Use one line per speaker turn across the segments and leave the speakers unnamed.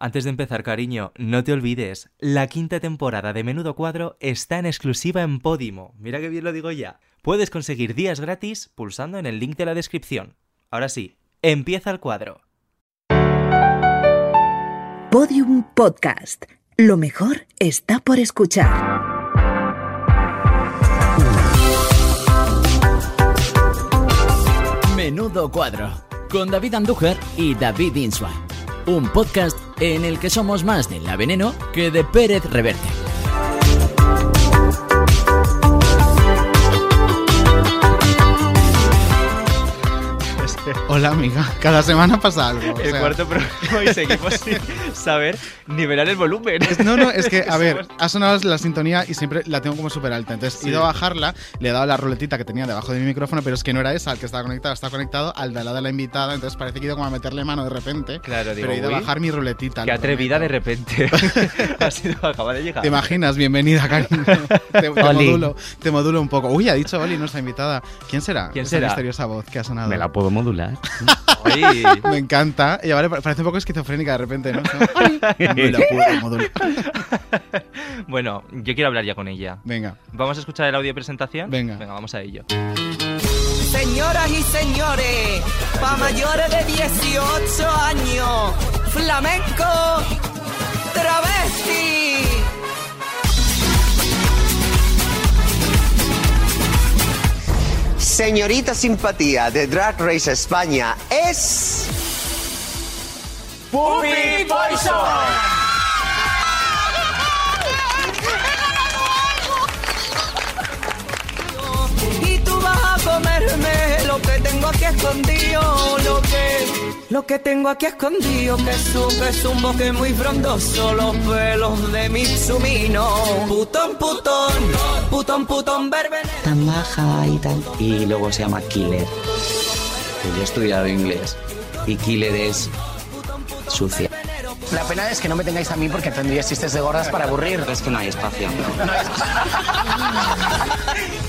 Antes de empezar, cariño, no te olvides, la quinta temporada de Menudo Cuadro está en exclusiva en Podimo. Mira que bien lo digo ya. Puedes conseguir días gratis pulsando en el link de la descripción. Ahora sí, empieza el cuadro.
Podium Podcast. Lo mejor está por escuchar.
Menudo Cuadro, con David Andújar y David Insua. Un podcast en el que somos más de La Veneno que de Pérez Reverte.
este,
Hola amiga, cada semana pasa algo. o
El
sea,
cuarto programa y seguimos sin saber nivelar el volumen.
es- no, no, es que, a ver,
Somos-
ha sonado la sintonía y siempre la tengo como súper alta. Entonces he ido a bajarla, le he dado la ruletita que tenía debajo de mi micrófono, pero es que no era esa al que estaba conectado, estaba conectado al de al lado de la invitada, entonces parece que he ido como a meterle mano de repente.
Claro, digo,
pero he ido
"Uy,
a bajar mi ruletita.
Qué
lo
atrevida de
prometo.
repente. ha sido, acaba de llegar.
¿Te imaginas? Bienvenida, cariño. Te, te
Oli.
modulo, te modulo un poco. Uy, ha dicho Oli, nuestra invitada. ¿Quién será?
¿Quién
Esa
será?
misteriosa voz que ha sonado.
Me la puedo modular.
Ay,
Me encanta. Ella, vale, parece un poco esquizofrénica de repente, ¿no? Oli, Me la puedo modular.
bueno, yo quiero hablar ya con ella.
Venga.
¿Vamos a escuchar el audio de presentación?
Venga.
Venga, vamos a ello.
Señoras y señores, para mayores de 18 años, flamenco, travesti.
Señorita Simpatía de Drag Race España es...
¡Pupi Poison! Y tú vas a comerme lo que tengo aquí escondido, lo que... Lo que tengo aquí escondido, que es un, que es un bosque muy frondoso, los pelos de mi sumino. Putón, putón, putón, putón, verbenero.
tan maja y tal. Y luego se llama Killer. Pues yo he estudiado inglés y Killer es sucia.
La pena es que no me tengáis a mí porque tendría chistes de gordas para aburrir.
Es que no hay espacio.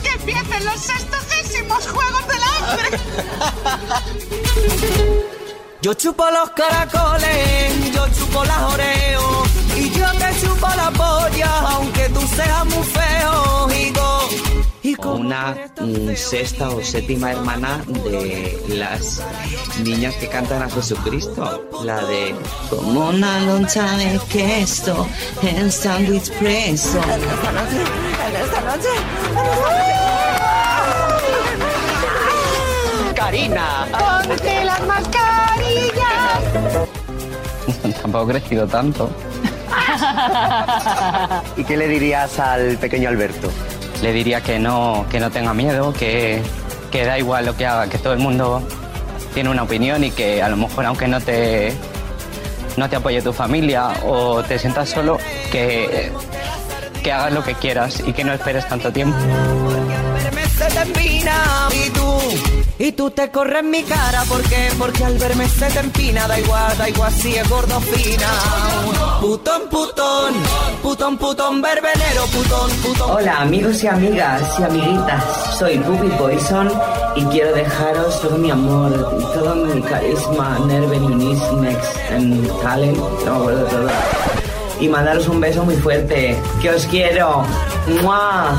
¡Que empiecen los sextogésimos Juegos del Hambre!
Yo chupo los caracoles, yo chupo las oreo y yo te chupo la polla, aunque tú seas muy feo. Y go, y
O
como
una
eres tan
mm,
feo,
sexta
dime
o
que
séptima
no te
hermana
juro
de
que
las niñas que cantan a Jesucristo. La de como una loncha de queso en sándwich preso.
¡Ponte las mascarillas!
Tampoco he crecido tanto.
¿Y qué le dirías al pequeño Alberto?
Le diría que no, que no tenga miedo, que, que da igual lo que haga, que todo el mundo tiene una opinión y que a lo mejor aunque no te, no te apoye tu familia o te sientas solo, que, que hagas lo que quieras y que no esperes tanto tiempo.
verme se te empina y tú y tú te corres en mi cara porque porque al verme se te empina da igual da igual si es gordo o fina putón putón putón putón verbenero putón putón
Hola amigos y amigas y amiguitas, soy Puppy Poison y quiero dejaros todo mi amor, todo mi carisma, nerve, next talent, no me acuerdo de todo. Y mandaros un beso muy fuerte, que os quiero. ¡Mua!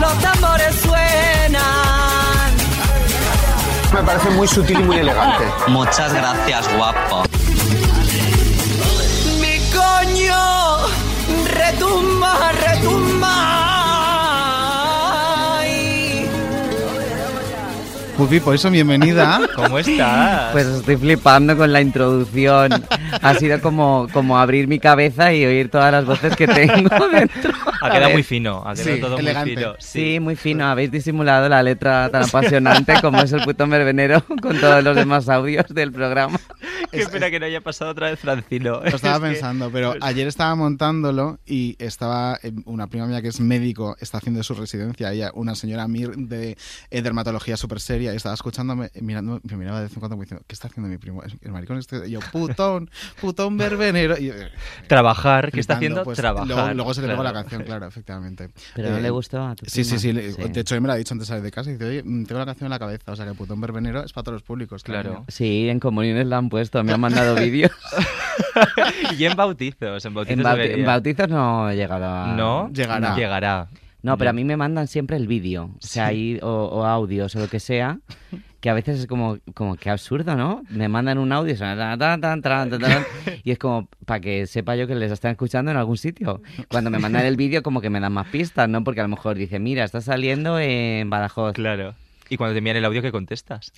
los tambores suenan
Me parece muy sutil y muy elegante.
Muchas gracias, guapo.
mi coño retumba retumba Ay.
Pupi, por eso bienvenida.
¿Cómo estás?
Pues estoy flipando con la introducción. Ha sido como, como abrir mi cabeza y oír todas las voces que tengo dentro.
ha quedado muy fino, ha quedado
Sí,
todo
elegante.
muy fino.
Sí, muy fino. Habéis disimulado la letra tan apasionante como es el puto mervenero con todos los demás audios del programa.
Qué pena que no haya pasado otra vez Francino.
Lo estaba pensando, pero ayer estaba montándolo y estaba eh, una prima mía que es médico, está haciendo su residencia, ella, una señora Mir de eh, dermatología súper seria ella y estaba escuchándome, mirando, me miraba de vez en cuando como diciendo, ¿qué está haciendo mi primo? El maricón este. Y yo, putón, putón verbenero. Y, eh,
Trabajar, ¿qué está
gritando,
haciendo?
pues,
Trabajar.
Luego, luego se le pegó
claro.
la canción, claro, efectivamente. Eh,
Pero no le gustó a tu
Sí, sí,
prima.
sí, le-
Sí.
De hecho, él me lo ha dicho antes de salir de casa. Y dice, oye, mm, tengo la canción en la cabeza. O sea, que putón verbenero es para todos los públicos. cariño.
Sí, en comuniones la han puesto, me han mandado vídeos.
y en bautizos, en bautizos.
en, bauti-
debería.
en bautizos no llegará.
No,
Llegará.
Llegará.
No, pero a mí me mandan siempre el vídeo, o sea, ahí- o, o audios o lo que sea, que a veces es como, como que absurdo, ¿no? Me mandan un audio suena tan, tan, tan, tan, tan, tan, y es como para que sepa yo que les están escuchando en algún sitio. Cuando me mandan el vídeo como que me dan más pistas, ¿no? Porque a lo mejor dice, mira, está saliendo en Badajoz.
Claro. Y cuando te envían el audio, ¿qué contestas?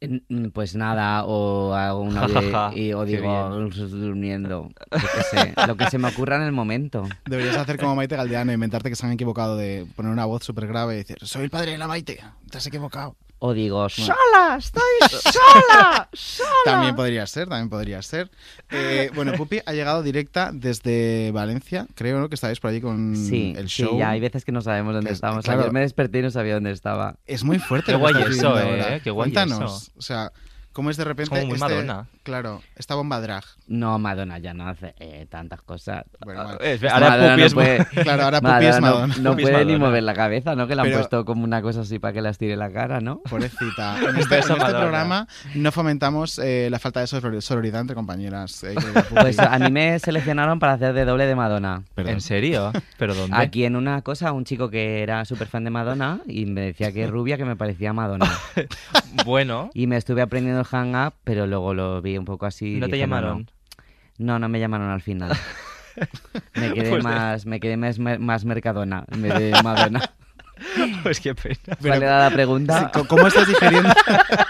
N- n- Pues nada, o hago un
Ja,
audio
ja, ja,
y, o
qué
digo, durmiendo, yo qué sé, lo que se me ocurra en el momento.
Deberías hacer como Maite Galdeano, inventarte que se han equivocado de poner una voz súper grave y decir, soy el padre de la Maite, te has equivocado.
O digo, "Soy
¡Sola! ¡Estoy sola! ¡Sola!
También podría ser, también podría ser. Eh, bueno, Pupi ha llegado directa desde Valencia, creo, ¿no? Que estáis por allí con
Sí,
Mm, el
sí,
show.
ya hay veces que no sabemos dónde
Es-
estamos.
claro.
Ayer me desperté y no sabía dónde estaba.
Es muy fuerte.
Qué
lo que
guay
estás
eso,
viviendo
eh,
ahora.
qué guay
Cuéntanos,
eso.
o sea, cómo es de repente...
como muy
este-
Madonna.
Claro, esta bomba drag.
No, Madonna ya no hace eh, tantas cosas.
Bueno, bueno.
Eh, espera, ahora
Madonna
Pupi
no
es-
puede-
Claro, ahora Pupi
Madonna
es Madonna.
No, no
Pupi es
puede ni
Madonna.
mover la cabeza, ¿no? Que la
Pero-
han puesto como una cosa así para que las tire la cara, ¿no?
Pobrecita. En
beso
este, en este
Madonna.
programa no fomentamos eh, la falta de soror- sororidad entre compañeras. eh, querida Pupi.
Pues a mí me seleccionaron para hacer de doble de Madonna.
Perdón.
¿En serio? ¿Pero dónde?
Aquí en una cosa, un chico que era súper fan de Madonna y me decía que rubia que me parecía Madonna.
Bueno,
Y me estuve aprendiendo el hang up, pero luego lo vi un poco así. y
¿no te
dije, no,
llamaron?
No, no me llamaron al final. Me quedé
Pues de-
más, me quedé más, mer- más Mercadona en vez de Madonna.
Pues qué pena.
¿Cuál era la pregunta?
Sí, ¿Cómo estás digiriendo?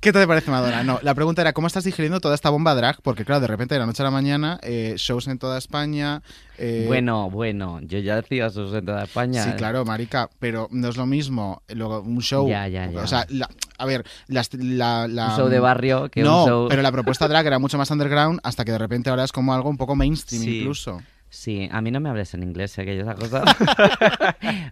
¿Qué te parece, Madonna? No, la pregunta era, ¿cómo estás digiriendo toda esta bomba drag? Porque, claro, de repente, de la noche a la mañana, eh, shows en toda España... eh,
Bueno, bueno, yo ya hacía sus en toda España. eh.
Sí, claro, marica, pero no es lo mismo eh, luego un show...
Ya, ya, ya.
O sea, la- a ver, las- la, la-
Un show de barrio que
no,
un show...
pero la propuesta drag era mucho más underground hasta que de repente ahora es como algo un poco mainstream
Sí.
incluso.
Sí, a mí no me hables en inglés, ¿eh? que yo esa cosa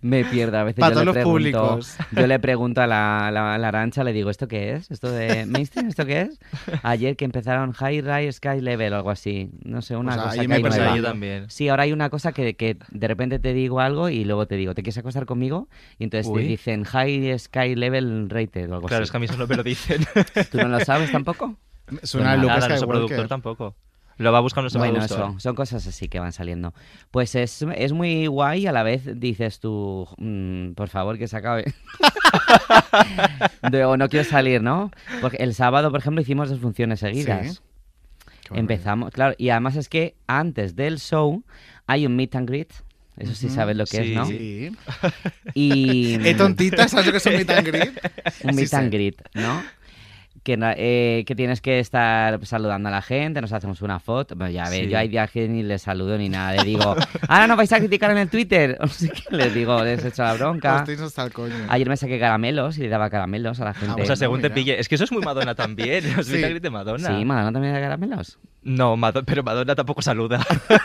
me pierdo. A veces
Para
yo le
todos los
pregunto,
públicos.
yo le pregunto a la, la, la arancha, le digo, ¿esto qué es? ¿Esto de mainstream? ¿Esto qué es? Ayer que empezaron High Rise Sky Level o algo así. No sé, una
Pues
cosa
ahí
que
me
hay
parece
nueva.
yo
también.
Sí, ahora hay una cosa que, que de repente te digo algo y luego te digo, ¿te quieres acostar conmigo? Y entonces
Uy.
te dicen High Sky Level Rated o algo
Claro, es
así.
que a mí solo me lo dicen. Pues
¿Tú no lo sabes tampoco? Pues
Suena a
Nada,
Lucas
nuestro
Skywalker.
productor tampoco. Lo va a buscar nuestro
Bueno,
productor.
eso, son cosas así que van saliendo. Pues es, es muy guay y a la vez dices tú, "Mm, por favor, que se acabe. Luego no quiero salir, ¿no? Porque el sábado, por ejemplo, hicimos dos funciones seguidas.
Qué barbaridad.
Empezamos, claro, y además es que antes del show hay un meet and greet. Eso sí sabes lo que
sí.
es, ¿no?
Sí.
Y
Eh, tontita, ¿sabes lo que es un meet and greet?
un
Sí,
meet
sí.
and greet, ¿no? Que, no- eh, que tienes que estar saludando a la gente, nos hacemos una foto. Bueno, ya ves,
Sí.
yo hay días que ni les saludo ni nada. Les digo, ahora no vais a criticar en el Twitter. O sea, que les digo, les echo la bronca.
Hostia, eso está el coño.
Ayer me saqué caramelos y le daba caramelos a la gente.
O sea,
No,
Ah, pues según te
mira.
pille. Es que eso es muy Madonna también. Los
Sí.
meet and greet de Madonna.
Sí, Madonna también da caramelos.
no, Mado- pero Madonna tampoco saluda.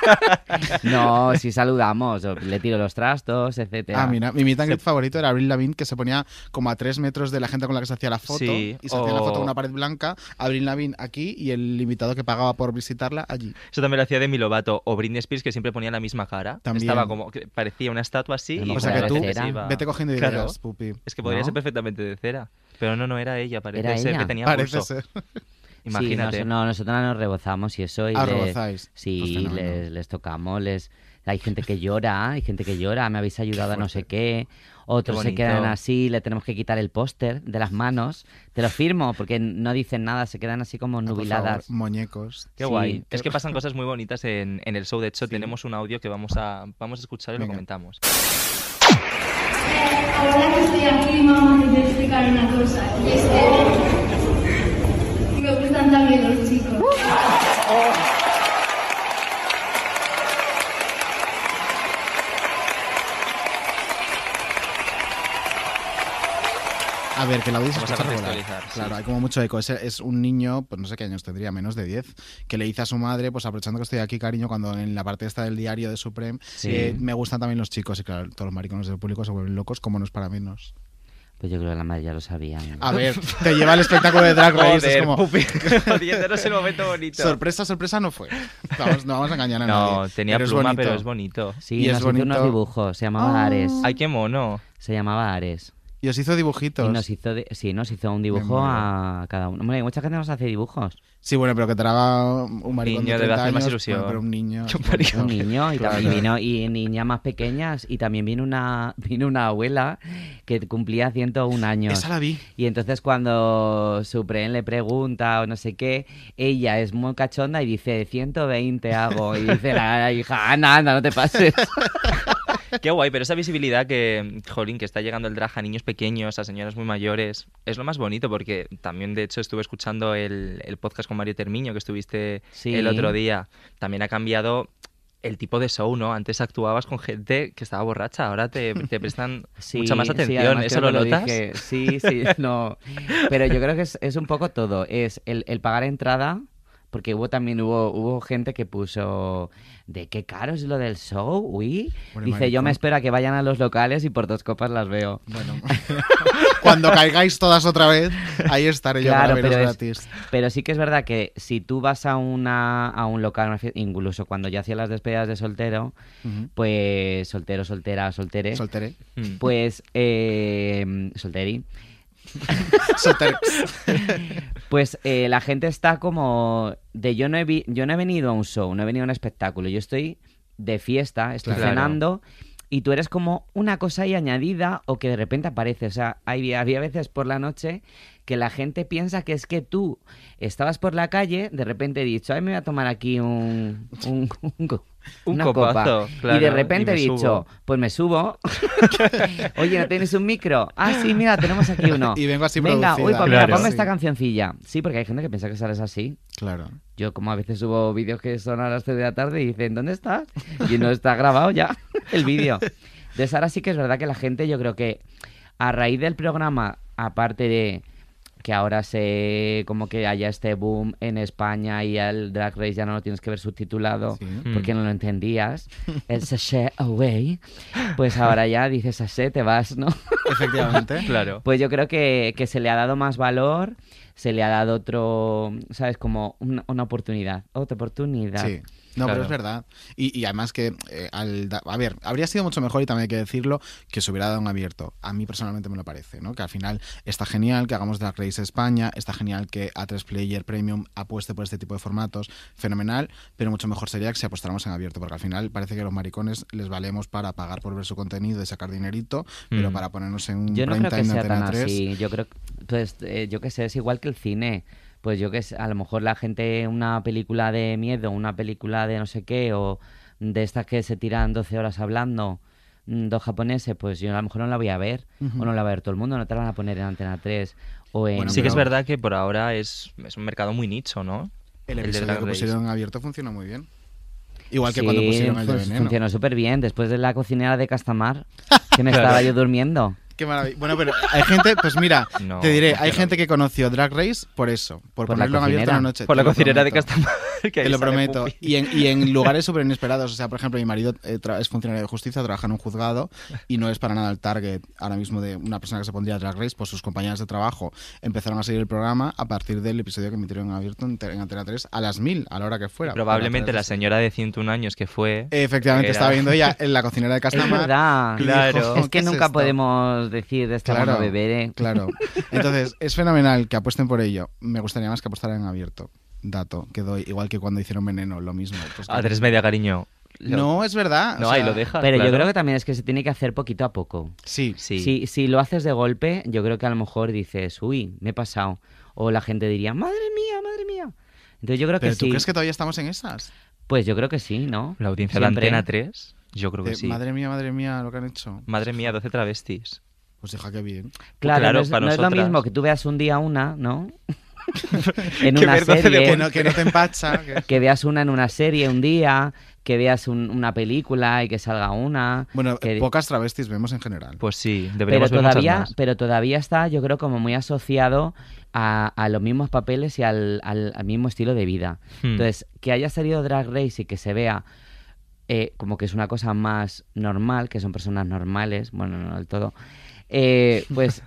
No, sí saludamos, o le tiro los trastos, etcétera.
Ah, mira, mi meet and greet favorito era Abril Lavigne, que se ponía como a tres metros de la gente con la que se hacía la foto.
Sí,
y se hacía la foto
o-
con una pared blanca. Abril Lavigne aquí y el invitado que pagaba por visitarla allí.
Eso también lo hacía Demi Lovato o Britney Spears, que siempre ponía la misma cara.
También.
Estaba como que parecía una estatua así.
A lo
Y
mejor
O sea que
cada
tú
vez se iba-
vete cogiendo ideas,
Claro.
pupi.
Es que podría
¿No?
ser perfectamente de cera. Pero no, no era ella, parece
Era
ser que
ella.
tenía
Parece
pulso.
ser.
Imagínate.
Sí, nos- no, nosotros nos rebozamos y eso. Y
Ah,
les-
rebozáis. Pues
Sí,
fenómeno.
les, les tocamos, les... Hay gente que llora, hay gente que llora, me habéis ayudado a no sé qué. Otros se
bonito.
quedan así, le tenemos que quitar el póster de las manos. Te lo firmo, porque no dicen nada, se quedan así como
Ah, por
nubiladas.
favor, Muñecos.
Qué
Sí,
guay.
qué-
Es que pasan cosas muy bonitas en, en el show. De hecho, tenemos un audio que vamos a, vamos a escuchar y
Venga.
lo comentamos.
Ahora que estoy aquí, vamos a explicar una cosa. Y es que me gustan también los chicos.
A ver, que la audiencia
Vamos a
escucha regular.
contextualizar, sí.
Claro, hay como mucho eco. Ese es un niño, pues no sé qué años tendría, menos de 10, que le dice a su madre, pues aprovechando que estoy aquí, cariño, cuando en la parte esta del diario de Supreme,
Sí.
eh, me gustan también los chicos. Y claro, todos los maricones del público se vuelven locos, como no es para menos.
Pues yo creo que la madre ya lo sabía. ¿no?
A ver, te lleva al espectáculo de Drag Race.
Joder,
es como...
Pupi. Jodiéndonos el momento bonito.
Sorpresa, sorpresa no fue. Vamos, no vamos a engañar a nadie.
No, tenía pluma, pero es bonito.
Sí,
Y
nos
es
hizo unos
bonito.
dibujos. Se llamaba
Ah.
Ares.
Ay, qué mono.
Se llamaba Ares.
Y os hizo dibujitos.
Y nos hizo, de- sí, nos hizo un dibujo
muero.
a cada uno. Hombre, mucha gente nos hace dibujos.
Sí, bueno, pero que te haga un maricón
Niño
de
debe
30
hacer más
años,
ilusión.
bueno, pero un niño. es
Que un maricón.
Un
bonito.
niño y,
Claro.
también vino, y niñas más pequeñas. Y también vino una, vino una abuela que cumplía 101 años.
Esa la vi.
Y entonces cuando Supreme le pregunta o no sé qué, ella es muy cachonda y dice 120 hago. Y dice la hija,
Ah,
anda, anda, no te pases.
Qué guay, pero esa visibilidad que, jolín, que está llegando el drag a niños pequeños, a señoras muy mayores, es lo más bonito porque también, de hecho, estuve escuchando el, el podcast con Mario Termiño que estuviste
Sí.
el otro día. También ha cambiado el tipo de show, ¿no? Antes actuabas con gente que estaba borracha, ahora te, te prestan
Sí,
mucha más
sí,
atención.
además
¿Eso
creo
lo
que
notas?
dije. Sí, sí, no. Pero yo creo que es, es un poco todo. Es el, el pagar entrada, porque hubo también hubo, hubo gente que puso de qué caro es lo del show, uy.
Hombre,
Dice, yo
maricón.
me espero a que vayan a los locales y por dos copas las veo.
Bueno, cuando caigáis todas otra vez, ahí estaré yo para veros
es-
gratis.
pero sí que es verdad que si tú vas a una a un local, una fie- incluso cuando yo hacía las despedidas de soltero,
Ujú.
pues soltero, soltera, soltere,
Solteré.
Mm.
pues eh, solteri,
Solteré.
pues eh, la gente está como de yo no he vi- yo no he venido a un show, no he venido a un espectáculo, yo estoy de fiesta, estoy
Claro.
cenando. Y tú eres como una cosa ahí añadida o que de repente aparece. O sea, hay, había veces por la noche que la gente piensa que es que tú estabas por la calle, de repente he dicho, ay, me voy a tomar aquí un, un, un co-
Un
una copa".
copazo, claro,
Y de
y
repente
me
he dicho,
subo.
pues me subo. Oye, ¿no tenéis un micro? Ah, sí, mira, tenemos aquí uno.
Y vengo así
Venga, uy,
producida.
pues mira,
Claro.
ponme esta
Sí.
cancioncilla. Sí, porque hay gente que piensa que sales así.
Claro.
Yo como a veces subo vídeos que son a las 3 de la tarde y dicen, ¿dónde estás? Y no está grabado ya el vídeo. Entonces ahora sí que es verdad que la gente, yo creo que a raíz del programa, aparte de que ahora se como que haya este boom en España y el Drag Race ya no lo tienes que ver subtitulado
Sí. Mm.
porque no lo entendías, el sachet away, pues ahora ya dices sachet, te vas, ¿no?
Efectivamente.
Claro.
Pues yo creo que, que se le ha dado más valor, se le ha dado otro, ¿sabes? Como una, una oportunidad, otra oportunidad.
Sí. No,
Claro.
pero es verdad. Y, y además que, eh, al da- a ver, habría sido mucho mejor, y también hay que decirlo, que se hubiera dado un abierto. A mí personalmente me lo parece, ¿no? Que al final está genial que hagamos Drag Race España, está genial que A3 Player Premium apueste por este tipo de formatos, fenomenal, pero mucho mejor sería que si apostáramos en abierto, porque al final parece que a los maricones les valemos para pagar por ver su contenido y sacar dinerito, pero
Mm.
para ponernos en un
Yo no
prime
creo que
time de
sea tan
Antena 3.
así. Yo creo, pues, eh, yo qué sé, es igual que el cine. Pues yo que sé, a lo mejor la gente, una película de miedo, una película de no sé qué, o de estas que se tiran 12 horas hablando, mm, dos japoneses, pues yo a lo mejor no la voy a ver, o no la va a ver todo el mundo, no te la van a poner en Antena 3 o en...
Bueno,
sí que es
pero-
verdad que por ahora es, es un mercado muy nicho, ¿no?
El
del
episodio
Drag
que
Race.
pusieron en abierto funcionó muy bien. Igual que
Sí,
cuando pusieron el de
fun-
veneno.
Funcionó súper bien. Después de la cocinera de Castamar, que me estaba yo durmiendo.
Qué maravilla. Bueno, pero hay gente, pues mira,
No,
te diré,
porque
hay
no.
gente que conoció Drag Race por eso, por,
Por la
ponerlo en abierto en
cocinera.
la noche.
Por
te
la
lo
cocinera de
prometo.
Castamar. que ahí
Te lo
sale
prometo.
Pupi.
Y en, y en lugares súper inesperados. O sea, por ejemplo, mi marido eh, tra- es funcionario de justicia, trabaja en un juzgado y no es para nada el target ahora mismo de una persona que se pondría a Drag Race, pues sus compañeras de trabajo empezaron a seguir el programa a partir del episodio que emitieron en abierto en, te- en Antena 3 a las 1000, a la hora que fuera.
Probablemente la
Antena
señora de 101 años que fue.
3. Efectivamente,
Era-
estaba viendo ella en la cocinera de
Es
Castamar.
verdad.
y dijo,
Claro.
"¿Qué
Es que
es
nunca
esto?".
podemos decir de esta mano beber, ¿eh?
Claro. Entonces, es fenomenal que apuesten por ello. Me gustaría más que apostaran en abierto. Dato que doy, igual que cuando hicieron Veneno, lo mismo.
Ah,
Pues que-
A tres media, cariño. Lo-
No, es verdad. o
No, ahí
sea,
lo deja.
Pero yo
claro.
creo que también es que se tiene que hacer poquito a poco.
Sí,
Sí.
Si, si lo haces de golpe, yo creo que a lo mejor dices, uy, me he pasado. O la gente diría, madre mía, madre mía. Entonces yo creo
Pero
que
¿tú
sí.
crees que todavía estamos en esas?
Pues yo creo que sí, ¿no?
La audiencia
Siempre.
de Antena 3, yo creo que
De,
sí. Madre,
Eh, Madre mía, madre mía, lo que han hecho.
mía, 12 travestis.
Pues hija, qué bien.
Claro,
Claro,
no, es,
para
no es lo
nosotras.
mismo que tú veas un día una, ¿no? en
Qué
una
vergüenza de
serie.
Que no, que no te empacha. que-
que veas una en una serie un día, que veas un- una película y que salga una.
Bueno,
que-
pocas travestis vemos en general.
Pues sí,
pero
deberíamos ver muchas
todavía,
más.
pero todavía está, yo creo, como muy asociado a, a los mismos papeles y al, al- al mismo estilo de vida.
Hmm.
Entonces, que haya salido Drag Race y que se vea eh, como que es una cosa más normal, que son personas normales, bueno, no del todo, Eh, pues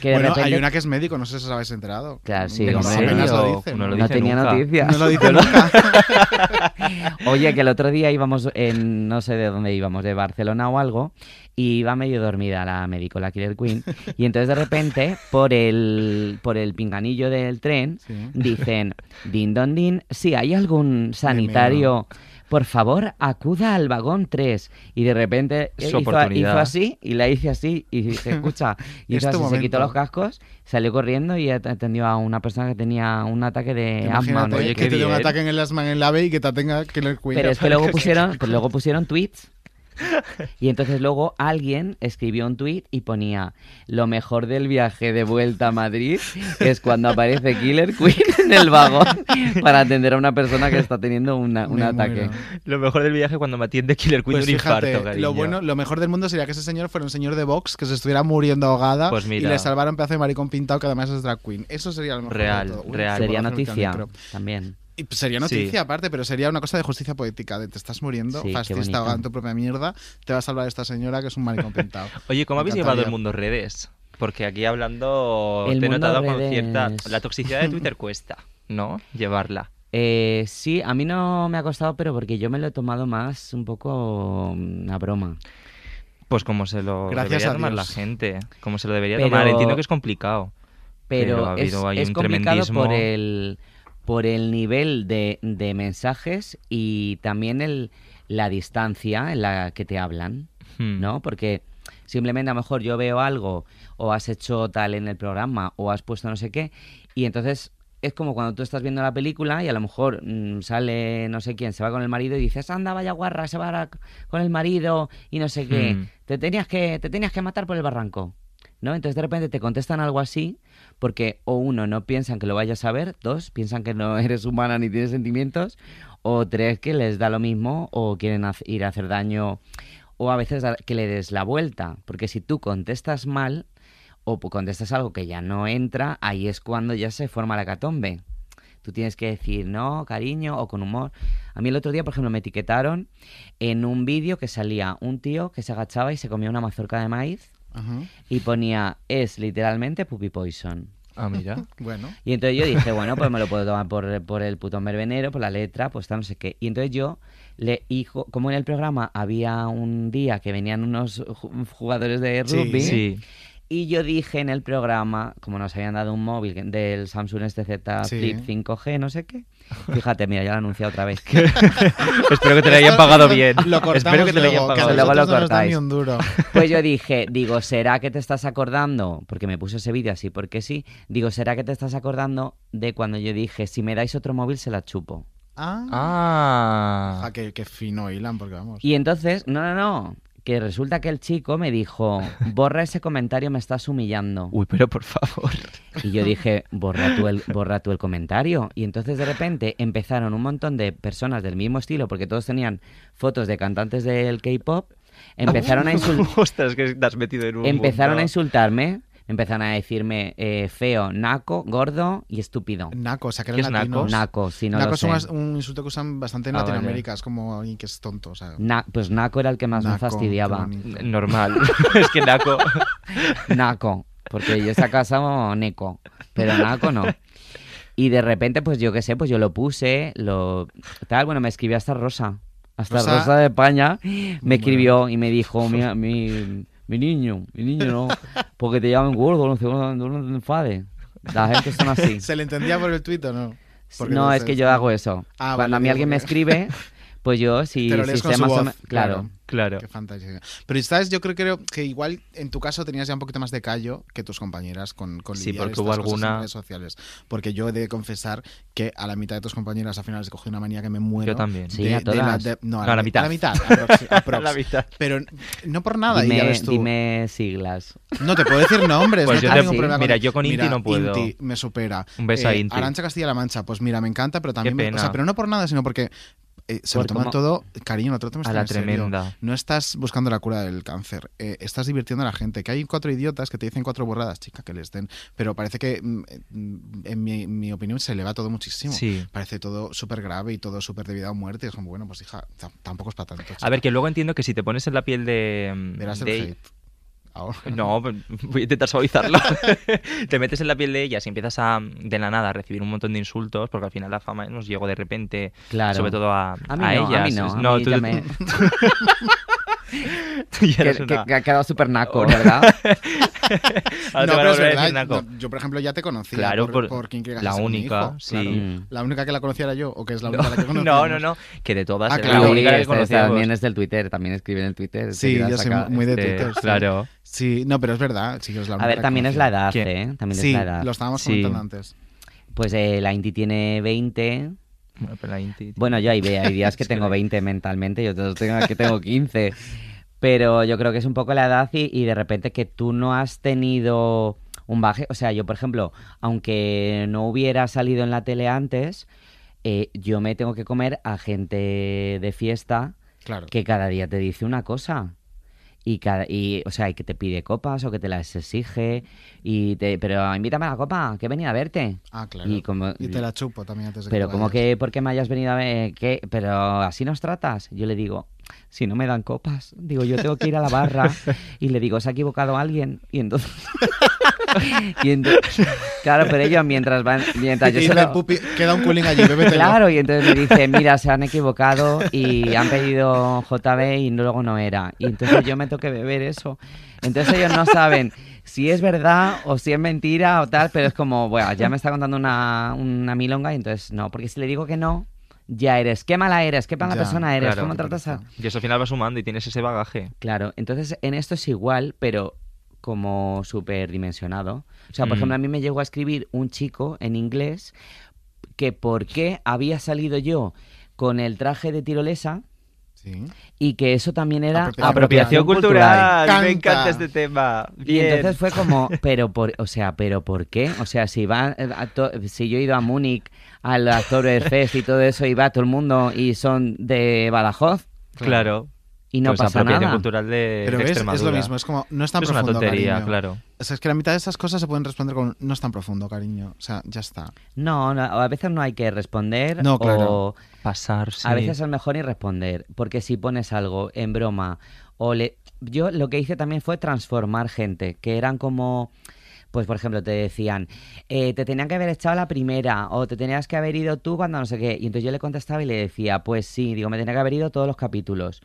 que de
bueno,
repente-
hay una que es médico, no sé si os habéis enterado.
Claro, sí,
Pero
hombre.
apenas
¿En
lo
serio?
dicen.
No lo No dice tenía nunca. noticia.
No lo dice
Yo lo-
nunca.
Oye, que el otro día íbamos, en, no sé de dónde íbamos, de Barcelona o algo, y iba medio dormida la médico, la Killer Queen, y entonces de repente, por el, por el pinganillo del tren, dicen, din don din, si hay algún sanitario... Por favor, acuda al vagón 3. Y de repente
Es
eh,
su
hizo,
oportunidad.
hizo así y la hice así y dije, escucha, y
Es
hizo así, se
tu Este momento.
quitó los cascos, salió corriendo y at- atendió a una persona que tenía un ataque de asma.
Imagínate
¿no?
que te dé un ataque en el asma en el ave y que te tenga que le cuidar.
Pero es que luego pusieron, pero luego pusieron tweets. Y entonces luego alguien escribió un tweet y ponía lo mejor del viaje de vuelta a Madrid es cuando aparece Killer Queen en el vagón para atender a una persona que está teniendo una- un
Me
ataque.
muero.
Lo mejor del viaje cuando me atiende Killer Queen
Pues
de un
fíjate,
infarto, cariño.
lo bueno, lo mejor del mundo sería que ese señor fuera un señor de Vox que se estuviera muriendo ahogada
Pues
y
mira.
le salvara un pedazo de maricón pintado que además es drag queen. Eh, Eso sería lo mejor. de
Real,
todo. Uy,
real.
Sería
por hacer un
noticia
micro.
también.
Y pues, sería
Sí.
noticia aparte, pero sería una cosa de justicia poética, de te estás muriendo,
Sí, qué bonito.
fascista ahogada en tu propia mierda, te va a salvar esta señora que es un maricón pintado.
Oye, ¿cómo
Me
habéis llevado el
encantaría.
mundo redes? Porque aquí hablando
El
te he
mundo
notado con
redes.
cierta... La toxicidad de Twitter cuesta, ¿no? Llevarla.
Eh, sí, a mí no me ha costado, pero porque yo me lo he tomado más un poco mm, a broma.
Pues como se lo
Gracias
debería
a
tomar la
Dios.
gente. Como se lo debería
Pero-
tomar. Entiendo que es complicado.
pero,
ha
es,
habido ahí
es
un
complicado
tremendismo.
por el por el nivel de, de mensajes y también el la distancia en la que te hablan
Hmm.
no porque simplemente a lo mejor yo veo algo o has hecho tal en el programa o has puesto no sé qué y entonces es como cuando tú estás viendo la película y a lo mejor mm, sale no sé quién, se va con el marido y dices, anda, vaya guarra, se va a- con el marido y no sé qué.
Hmm.
Te, tenías que, te tenías que matar por el barranco. ¿no? Entonces de repente te contestan algo así porque o uno no piensan que lo vayas a ver, dos piensan que no eres humana ni tienes sentimientos, o tres que les da lo mismo o quieren hac- ir a hacer daño o a veces da- que le des la vuelta, porque si tú contestas mal o pu- contestas algo que ya no entra, ahí es cuando ya se forma la catombe. Tú tienes que decir no, cariño, o con humor. A mí el otro día, por ejemplo, me etiquetaron en un vídeo que salía un tío que se agachaba y se comía una mazorca de maíz
Ajá.
y ponía es literalmente puppy poison.
Ah, mira.
Bueno.
Y entonces yo dije, bueno, pues me lo puedo tomar por, por el puto verbenero, por la letra, pues tal, no sé qué. Y entonces yo le y jo- como en el programa había un día que venían unos ju- jugadores de
Sí,
rugby,
Sí.
y yo dije en el programa, como nos habían dado un móvil que- del Samsung este Z
Sí.
Flip 5G, no sé qué. Fíjate, mira, ya lo he anunciado otra vez.
Espero que te lo hayan
Esto-
pagado
esto
bien.
Lo cortamos
Espero que te lo hayan
luego, que a
pagado
Luego lo
nosotros no nos dan
cortáis.
ni un duro.
Pues yo dije, digo, ¿será que te estás acordando? Porque me puso ese vídeo así, porque sí. Digo, ¿será que te estás acordando de cuando yo dije, si me dais otro móvil, se la chupo?
Ah,
Ah.
ah qué, qué fino hilan, porque vamos.
Y entonces, no, no, no. Que resulta que el chico me dijo, borra ese comentario, me estás humillando.
Uy, pero por favor.
Y yo dije, borra tú, el, borra tú el comentario. Y entonces de repente empezaron un montón de personas del mismo estilo, porque todos tenían fotos de cantantes del K-pop, empezaron a insultar.
Ostras, que te has metido en un
Empezaron a
mundo.
insultarme, empezaron a decirme eh, feo, naco, gordo y estúpido.
Naco, o sea, que
¿Qué
eran
es naco?
latinos.
Naco, si no
naco
lo
es
sé.
un, as- un insulto que usan bastante en
Ah, vale.
Latinoamérica, es como alguien que es tonto, o sea.
Na- pues naco era el que más me
naco, qué
fastidiaba.
bonito.
N- Normal. es que Naco.
Naco, porque yo esa casa oh, neco, pero naco no. Y de repente, pues yo qué sé, pues yo lo puse, lo tal, bueno, me escribió hasta Rosa, hasta
Rosa-
Rosa, de España, me escribió y me dijo, mi, mi, mi niño, mi niño no, porque te llaman gordo, no, sé, no, no te enfades. La gente son así.
¿Se le entendía por el tuit o no? Porque
Ah, no,
entonces-
es que yo hago eso.
Ah,
Cuando
vale,
a mí
digo,
alguien me
porque-
escribe, pues yo si,
Te lo
si
lees con
sé
su
más o
voz,
me- claro.
Claro.
Qué fantasía. Pero sabes, yo creo, creo que igual en tu caso tenías ya un poquito más de callo que tus compañeras con, con
Sí,
lidiar
porque
estas
hubo
cosas en
alguna-
redes sociales. Porque yo he de confesar que a la mitad de tus compañeras al final les cogí una manía que me muero.
Yo también.
Sí,
de-
a
de la-
todas.
de- no, a
No,
la,
a la
mi-
mitad.
A la mitad. aprox- aprox.
La mitad.
Pero no por nada, y ya
Dime,
ves tú.
dime siglas.
No te puedo decir nombres.
Pues yo
no tengo
te-
ningún problema
mira,
con-
yo con Inti
Mira,
no puedo.
Inti me supera. Eh,
Un beso a Inti.
Arancha Castilla-La Mancha, pues mira, me encanta, pero también.
Qué
me- o sea,
pena.
pero no por nada, sino porque eh, se lo
Por
toman
cómo-
todo. Cariño, no te lo tomes
A
tan
la
en serio.
tremenda.
No estás buscando la cura del cáncer. eh, estás divirtiendo a la gente. Que hay cuatro idiotas que te dicen cuatro burradas, chica, que les den. Pero parece que, mm, mm, en mi, mi opinión, se eleva todo muchísimo.
Sí.
Parece todo súper grave y todo súper de vida o muerte. y Es como, bueno, pues hija, tam- tampoco es para tanto.
A ver, que luego entiendo que si te pones en la piel de.
verás el
de-
hate. Ahora.
mm, No, voy a intentar suavizarlo. Te metes en la piel de ellas y empiezas a, de la nada, a recibir un montón de insultos, porque al final la fama nos llegó de repente,
Claro.
sobre todo a,
A mí
a
no, a
ellas.
mí no, a mí
tú-
ya me-
tú ya eres
que,
una-
que ha quedado súper naco, ¿verdad?
Ahora te van
no,
a
pero es
volver a
verdad,
decir naco.
no, yo por ejemplo ya te conocía
Claro, por-
por, por King Cregas
la
es mi
única,
hijo,
sí.
claro.
Mm.
La única que la conocía era yo, o que es la
No,
única la que conocía.
no, no, no, que de todas
Ah,
era
claro.
la única
Sí,
que
este- este
conocíamos.
también es del Twitter, también escribe en el Twitter.
Sí,
enseguida
yo soy
saca-
muy de
este-
Twitter. sí.
claro.
Sí, no, pero es verdad. Sí, que es la
A
única
ver,
que
también es la
conocía.
edad,
¿Qué?
¿eh? También
Sí,
es la edad.
lo estábamos
Sí.
comentando antes.
Pues eh, la Inti tiene 20.
Bueno, pero la Inti-
Bueno, yo hay, hay días que tengo 20 mentalmente y otros tengo- que tengo 15. Pero yo creo que es un poco la edad y, y de repente que tú no has tenido un baje. O sea, yo, por ejemplo, aunque no hubiera salido en la tele antes, eh, yo me tengo que comer a gente de fiesta
Claro.
que cada día te dice una cosa. Y, cada, y, o sea, y que te pide copas o que te las exige. Y te, pero invítame a la copa, que he venido a verte.
Ah, claro.
Y como-
Y te la chupo también antes de
pero
que
como
vayas.
que porque me hayas venido a ver, ¿qué? pero así nos tratas. Yo le digo, si no me dan copas, digo, yo tengo que ir a la barra y le digo, se ha equivocado alguien y entonces y ento- claro, pero ellos mientras van mientras yo
Y
se
dice,
lo-
"Pupi, queda un culín allí, bébetelo".
Claro, y entonces me dice, mira, se han equivocado y han pedido JB y luego no era. Y entonces yo me tengo que beber eso. Entonces ellos no saben si es verdad o si es mentira o tal, pero es como, bueno, ya me está contando una, una milonga y entonces no, porque si le digo que no, ya eres, qué mala eres, qué mala
Ya,
persona eres,
claro,
cómo
qué
tratas a...
Y eso al final va sumando y tienes ese bagaje.
Claro, entonces en esto es igual, pero como superdimensionado. O sea, por
Mm.
ejemplo, a mí me llegó a escribir un chico en inglés que por qué había salido yo con el traje de tirolesa
Sí.
y que eso también era
Apropiación
Apropiación cultural. Me
Canta.
encanta este tema.
Y
Bien.
entonces fue como, pero por, o sea, pero ¿por qué? O sea, si va, eh, a to- si yo he ido a Múnich, al Astor Fest y todo eso, y va todo el mundo y son de Badajoz
Claro.
y no
Pues
pasa
apropiación
nada.
cultural de,
Pero
de
ves, es
Extremadura.
lo mismo, es como, no es tan
Es una
profundo.
tontería,
cariño.
claro.
O sea, es que la mitad de esas cosas se pueden responder con, no es tan profundo, cariño. O sea, ya está.
No, no, a veces no hay que responder
No,
o-
claro.
Pasarse.
A veces es mejor ni responder, porque si pones algo en broma o le... Yo lo que hice también fue transformar gente, que eran como... Pues, por ejemplo, te decían, eh, te tenían que haber echado la primera, o te tenías que haber ido tú cuando no sé qué. Y entonces yo le contestaba y le decía, pues sí, digo, me tenía que haber ido todos los capítulos.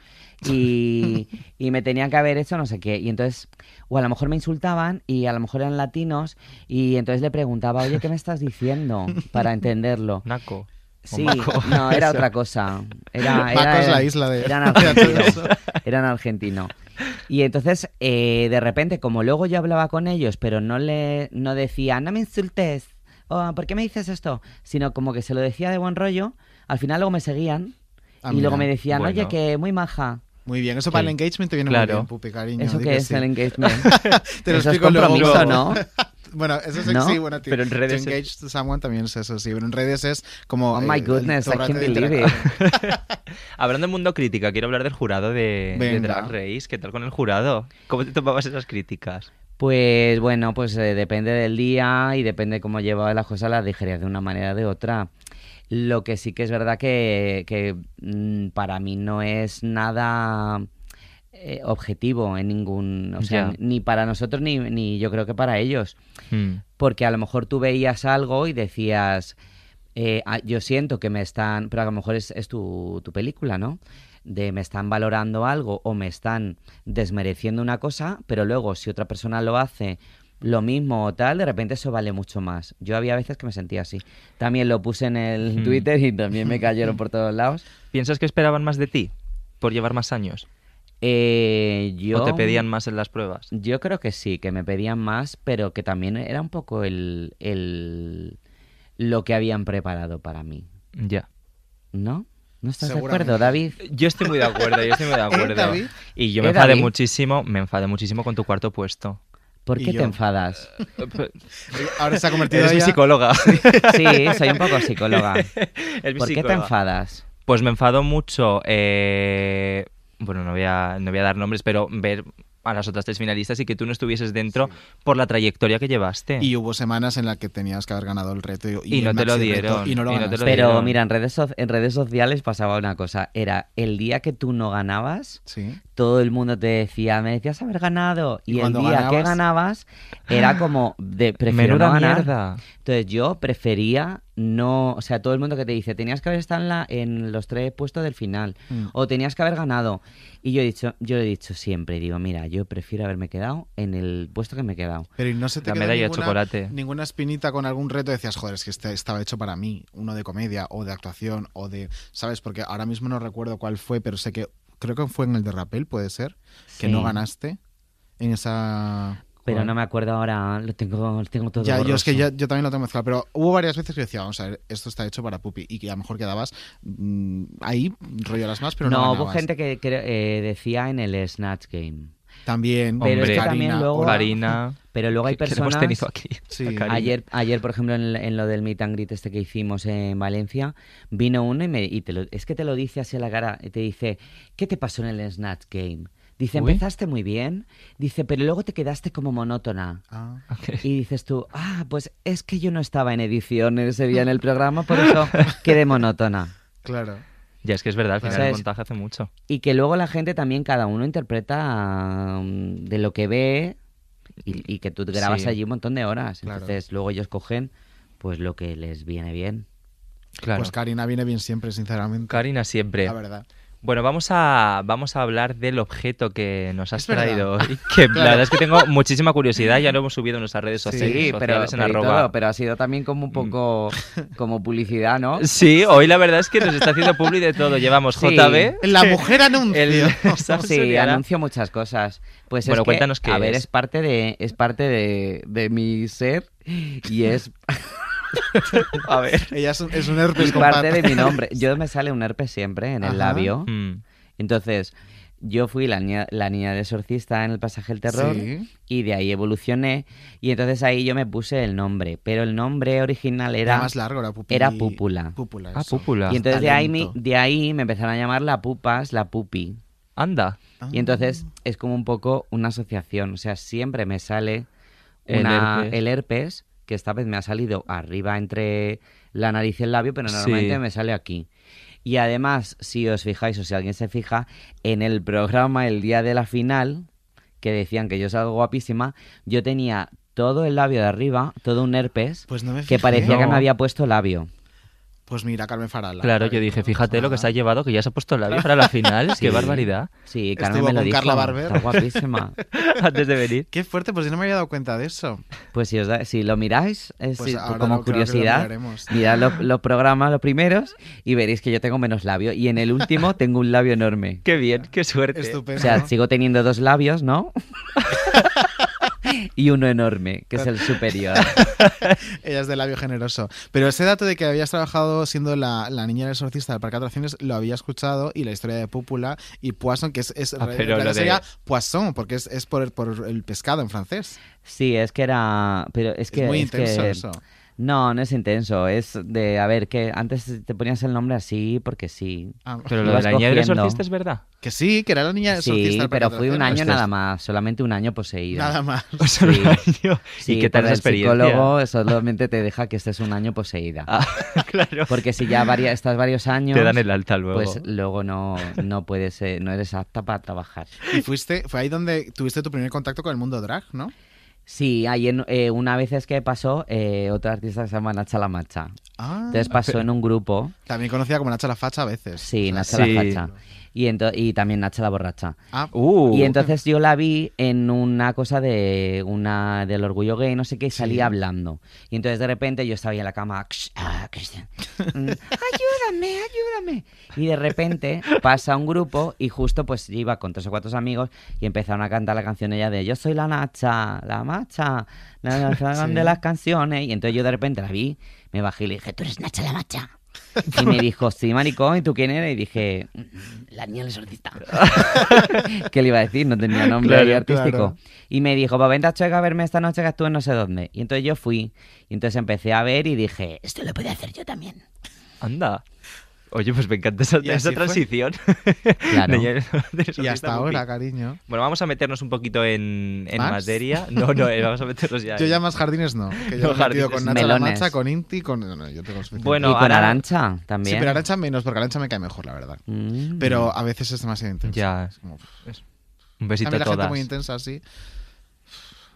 Y, y me tenían que haber hecho no sé qué. Y entonces, o a lo mejor me insultaban, y a lo mejor eran latinos, y entonces le preguntaba, oye, ¿qué me estás diciendo? Para entenderlo.
Naco. o
Sí,
maco.
no, era otra cosa. Era,
Paco
era,
es la
era-
isla de-
Eran
de
argentinos.
Ateneo.
eran argentinos. Y entonces, eh, de repente, como luego yo hablaba con ellos, pero no le no decía, no me insultes, o, ¿por qué me dices esto? Sino como que se lo decía de buen rollo, al final luego me seguían
Ah,
y luego me
mira,
decían, oye,
bueno.
que muy maja.
Muy bien, eso para el engagement te viene muy
Claro.
bien, pupi, cariño.
¿Eso
di
que es
sí.
el engagement?
Te lo
Eso es
explico luego.
compromiso, ¿no?
bueno, eso es
¿No?
sí, bueno, tío.
Pero en redes
To
es-
engage to someone también es eso, sí. Pero en redes es como. eh,
Oh my
el-
goodness,
todo
I
el
can't
rato de
believe it.
interactuar.
Hablando de mundo crítica, quiero hablar del jurado de, de
Venga.
Drag Race. ¿Qué tal con el jurado? ¿Cómo te tomabas esas críticas?
Pues bueno, pues eh, depende del día y depende cómo llevaba las cosas, las digerías de una manera o de otra. Lo que sí que es verdad que, que, mm, para mí no es nada eh, objetivo en ningún, o sea,
Ya.
ni para nosotros ni, ni yo creo que para ellos.
Mm.
Porque a lo mejor tú veías algo y decías, eh, ah, yo siento que me están, pero a lo mejor es, es tu, tu película, ¿no? De me están valorando algo o me están desmereciendo una cosa, pero luego si otra persona lo hace lo mismo o tal, de repente eso vale mucho más. Yo había veces que me sentía así. También lo puse en el
Hmm.
Twitter y también me cayeron por todos lados.
¿Piensas que esperaban más de ti por llevar más años?
Eh, yo...
¿O te pedían más en las pruebas?
Yo creo que sí, que me pedían más, pero que también era un poco el, el- lo que habían preparado para mí,
Ya.
¿no? ¿No estás de
Seguramente. ¿Eh,
acuerdo, David?
Yo estoy muy de acuerdo, yo estoy muy de acuerdo.
David?
Y yo me
¿Eh,
enfadé
David?
muchísimo, me enfadé muchísimo con tu cuarto puesto.
¿Por
Y
qué
yo.
te enfadas?
Ahora se ha convertido
Eres mi
ya-
psicóloga.
Sí, soy un poco psicóloga.
Es mi
¿Por qué te
psicóloga.
enfadas?
Pues me enfado mucho. eh, Bueno, no voy, a, no voy a dar nombres, pero ver a las otras tres finalistas y que tú no estuvieses dentro por la trayectoria que llevaste.
Y hubo semanas en las que tenías que haber ganado el reto y,
Y no
el
te lo
maxi reto,
dieron,
Y no lo
y no te
ganaste.
lo
Pero
dieron.
mira, en redes, so- en redes sociales pasaba una cosa. Era el día que tú no ganabas,
Sí.
todo el mundo te decía, me decías haber ganado. Y,
Y
el
cuando
día que ganabas Ah.
ganabas,
era como de prefiero
Menuda
no ganar.
mierda.
Entonces yo prefería no, o sea, todo el mundo que te dice, tenías que haber estado en, la, en los tres puestos del final
Mm.
o tenías que haber ganado. Y yo he dicho, yo he dicho siempre, digo, mira, yo prefiero haberme quedado en el puesto que me he quedado.
Pero ¿y no se te quedó ninguna, Ninguna espinita con algún reto decías, joder, es que este estaba hecho para mí, uno de comedia o de actuación o de, ¿sabes? Porque ahora mismo no recuerdo cuál fue, pero sé que creo que fue en el de Rapel, puede ser, que
Sí.
no ganaste en esa
Pero
¿cuál?
no me acuerdo ahora, lo tengo, lo tengo todo
Ya, yo es que
borroso.
ya- yo también lo tengo mezclado, pero hubo varias veces que decía, vamos a ver, esto está hecho para Pupi y que a lo mejor quedabas mm, ahí, rollo las más, pero no,
no, hubo
ganabas.
gente que, que, eh, decía en el Snatch Game.
También,
pero es
hombre,
que también
Karina,
luego,
hola. Karina,
pero luego hay
que- que la
personas.
hemos tenido aquí, Sí. a Karina.
Ayer, ayer, por ejemplo, en, en lo del meet and greet este que hicimos en Valencia, vino uno y me y te lo- es que te lo dice así a la cara, y te dice, ¿qué te pasó en el Snatch Game? Dice,
Uy.
empezaste muy bien, dice, pero luego te quedaste como monótona.
Ah.
Y dices tú, ah, pues es que yo no estaba en edición ese día en el programa, por eso quedé monótona.
Claro.
Ya es que es verdad, al final
¿Sabes?
el montaje hace mucho.
Y que luego la gente también, cada uno interpreta mm, de lo que ve y, y que tú te grabas
Sí.
allí un montón de horas.
Claro.
Entonces luego ellos cogen pues lo que les viene bien.
Pues Karina viene bien siempre, sinceramente.
Karina siempre.
La verdad.
Bueno, vamos a, vamos a hablar del objeto que nos has
Es verdad.
traído. hoy, que
Claro.
La verdad es que tengo muchísima curiosidad, ya lo hemos subido en nuestras redes
Sí,
sociales,
pero,
sociales, en
pero y
arroba.
todo, pero ha sido también como un poco como publicidad, ¿no?
Sí, hoy la verdad es que nos está haciendo publi de todo. Llevamos
Sí.
JB.
La mujer anuncia.
sí,
y ahora-
anuncio muchas cosas. Pues es
Bueno,
que,
cuéntanos qué
a ver,
es.
es parte de es parte de, de mi ser y es
a ver.
Ella es un, es un herpes
y
con
parte
patas.
de mi nombre. Yo me sale un herpes siempre en el
Ajá.
labio.
Mm.
Entonces, yo fui la niña, la niña de exorcista en el pasaje del terror
Sí.
y de ahí evolucioné. Y entonces ahí yo me puse el nombre. Pero el nombre original era.
Era más largo, era Pupi-
Era Púpula.
Púpula,
Ah, eso. Púpula.
Y entonces de ahí, mi-
Talento.
de ahí me empezaron a llamar la Pupas, la Pupi.
Anda.
Y entonces es como un poco una asociación. O sea, siempre me sale
El
una-
herpes.
el herpes, que esta vez me ha salido arriba entre la nariz y el labio, pero
Sí.
normalmente me sale aquí. Y además, si os fijáis o si alguien se fija, en el programa el día de la final, que decían que yo salgo guapísima, yo tenía todo el labio de arriba, todo un herpes,
Pues no me
que
fijé.
parecía que
No.
me había puesto labio.
Pues mira, Carmen Farala.
Claro, yo dije, fíjate lo que se ha llevado, que ya se ha puesto la para la final.
Sí.
Qué barbaridad.
Sí,
Carmen Estuvo me lo con dijo, Carla Barber. está guapísima.
Antes de venir.
Qué fuerte, pues yo no me había dado cuenta de eso.
Pues si, os da- si lo miráis, es
Pues
si-
ahora
como
lo- creo que lo
curiosidad,
miraremos.
mirad los, los programas, los primeros, y veréis que yo tengo menos labio. Y en el último tengo un labio enorme.
Qué bien, qué suerte.
O
Estupendo.
sea, sigo teniendo dos labios, ¿no? y uno enorme, que es el superior.
Ella es de labio generoso. Pero ese dato de que habías trabajado siendo la, la niña del exorcista del parque de atracciones, lo había escuchado y la historia de Púpula y Poisson, que es, es
Ah, pero
en realidad
lo de-
sería Poisson, porque es, es por, por el pescado en francés.
Sí, es que era. Pero es que.
muy
que-
intenso eso.
No, no es intenso. Es de. A ver, que antes te ponías el nombre así porque sí.
Ah,
Pero lo de
Ibas
la niña del
cogiendo.
exorcista es verdad.
Que sí, que era la niña del
Sí,
exorcista del parque
pero
de
fui un año
atracciones.
nada más, solamente un año poseído.
Nada más.
O sea, un año.
Sí,
¿Y qué tal esa
pero
experiencia? Ah,
El psicólogo solamente te deja que estés un año poseída.
claro.
Porque si ya varia- estás varios años.
Te dan el alta luego.
Pues luego no, no puedes, eh, no eres apta para trabajar.
Y fuiste, fue ahí donde tuviste tu primer contacto con el mundo drag, ¿no?
Sí, ayer eh, una vez es que pasó eh, otra artista que se llama Nacha La Macha.
Ah.
Entonces pasó en un grupo.
También conocida como Nacha la Facha a veces.
Sí,
O sea,
Nacha La Facha. Y, ento- y también Nacha La Borracha.
Ah.
Y entonces yo la vi en una cosa de una del orgullo gay, no sé qué, y salía hablando. Y entonces de repente yo estaba ahí en la cama, "Ksh, ah, Cristian, mm, ayúdame, ayúdame. Y de repente pasa un grupo y justo pues yo iba con tres o cuatro amigos y empezaron a cantar la canción ella de Yo soy la Nacha, la Macha, la Nacha
Sí.
de las canciones. Y entonces yo de repente la vi, me bajé y le dije, tú eres Nacha la Macha. Y me dijo, sí, maricón, ¿y tú quién eres? Y dije, la niña del exorcista. ¿Qué le iba a decir? No tenía nombre
Claro,
ahí artístico.
claro.
Y me dijo, pues vente a Chueca a verme esta noche que estuve en no sé dónde. Y entonces yo fui. Y entonces empecé a ver y dije, esto lo puedo hacer yo también.
Anda. Oye, pues me encanta esa,
Y
esa
así fue.
transición.
Claro.
De ya- de
Y
sonrisa
hasta
a
ahora,
pupi.
cariño.
Bueno, vamos a meternos un poquito en, en
¿Más?
materia. No, no, eh, vamos a meternos ya.
Yo
en-
ya más jardines no. Que yo
No,
me he
jardines.
metido con Nacha la
Melones.
Mancha, con Inti, con. No, no, yo tengo suficiente.
Bueno, Y con ahora- Arantxa
Sí,
también. Mm.
pero Arancha menos, porque Arancha me cae mejor, la verdad. Pero a veces es demasiado intensa.
Ya.
Es como,
Es- Un besito
a mí
a
la gente
todas.
muy intensa así.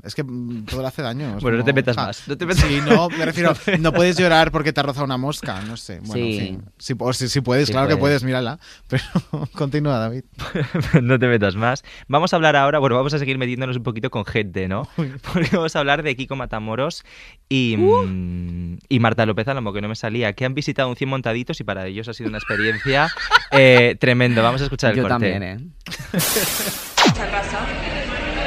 Es que mm, todo le hace daño. es
Bueno, no te
como,
metas
ja,
más, no te metas-
Sí, no, me refiero. No puedes llorar porque te ha rozado una mosca, no sé. Bueno,
Sí.
en fin. Sí, o si, si puedes,
Sí
claro que
puedes.
puedes, mírala. Pero continúa, David.
no te metas más. Vamos a hablar ahora, bueno, vamos a seguir metiéndonos un poquito con gente, ¿no? Porque vamos a hablar de Kiko Matamoros y,
Uh.
mm, y Marta López Álamo, que no me salía, que han visitado un 100 montaditos y para ellos ha sido una experiencia eh, tremenda. Vamos a escuchar el
Yo
corte.
también, ¿eh?
mucha raza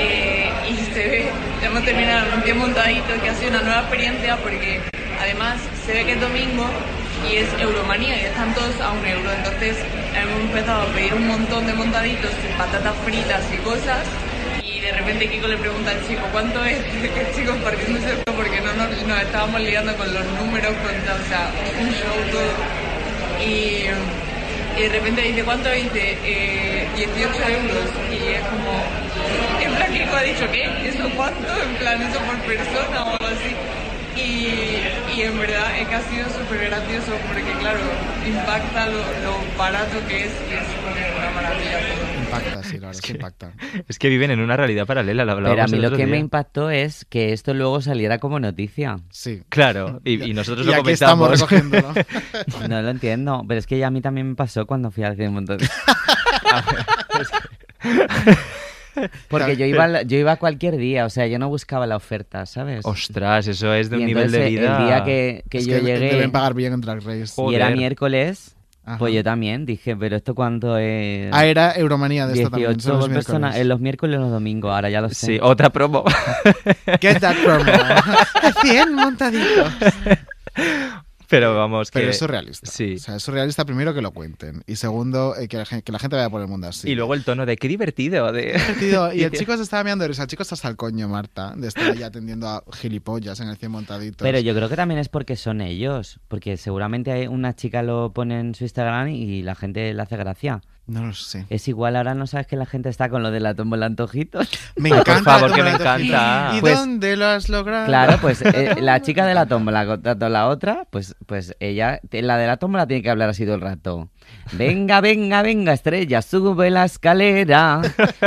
eh, y se ve, hemos terminado un bien montadito, que ha sido una nueva experiencia porque además se ve que es domingo y es euromanía y están todos a un euro, entonces hemos empezado a pedir un montón de montaditos, patatas fritas y cosas y de repente Kiko le pregunta al chico cuánto es, el chico partiéndose porque no nos, nos estábamos liando con los números, con, o sea, un show todo y... Y de repente dice, ¿cuánto dice? Eh, 18 euros. Y es como, en plan, Kiko ha dicho, ¿qué? ¿Eso cuánto? En plan, eso por persona o algo así. Y, y en verdad es que ha sido súper gracioso porque, claro, impacta lo, lo barato que es y es como una maravilla.
Impacta, sí, la verdad es que impacta.
Es que viven en una realidad paralela, la
Pero a mí lo que me
impacta.
impactó es que esto luego saliera como noticia.
Sí.
Claro, y, y nosotros lo
aquí
comentamos.
no lo entiendo, pero es que ya a mí también me pasó cuando fui al cine un montón. Porque yo iba, al- yo iba cualquier día, o sea, yo no buscaba la oferta, ¿sabes?
Ostras, eso es de
Y
un nivel de
entonces,
vida.
El día que, que
Es
yo
que
llegué
Deben pagar bien en Drag Race.
y era miércoles, pues yo también dije, pero esto cuánto es...
Ah, era Euromanía de esta también,
18
son los
por persona,
miércoles.
en los miércoles y los domingos, ahora ya lo sé.
Sí, otra promo.
Get that promo. A 100 montaditos.
Pero vamos, que.
Pero es surrealista.
Sí.
O sea, es surrealista primero que lo cuenten. Y segundo, eh, que, la gen- que la gente vaya por el mundo así.
Y luego el tono de qué divertido. De...
Tío, y el chico se estaba mirando, o sea, el chico está hasta el coño, Marta, de estar ahí atendiendo a gilipollas en el 100 montaditos.
Pero yo creo que también es porque son ellos, porque seguramente hay- una chica lo pone en su Instagram y la gente le hace gracia.
No lo sé.
Es igual, ahora no sabes que la gente está con lo de la tómbola antojitos.
Me
Por
encanta.
favor,
la
que me
tómbola de
encanta.
Gil. ¿Y
Pues-
dónde lo has logrado?
Claro, pues eh, la chica de la tómbola contando la otra, pues, pues ella, te- la de la tómbola tiene que hablar así todo el rato. Venga, venga, venga, estrella, sube la escalera.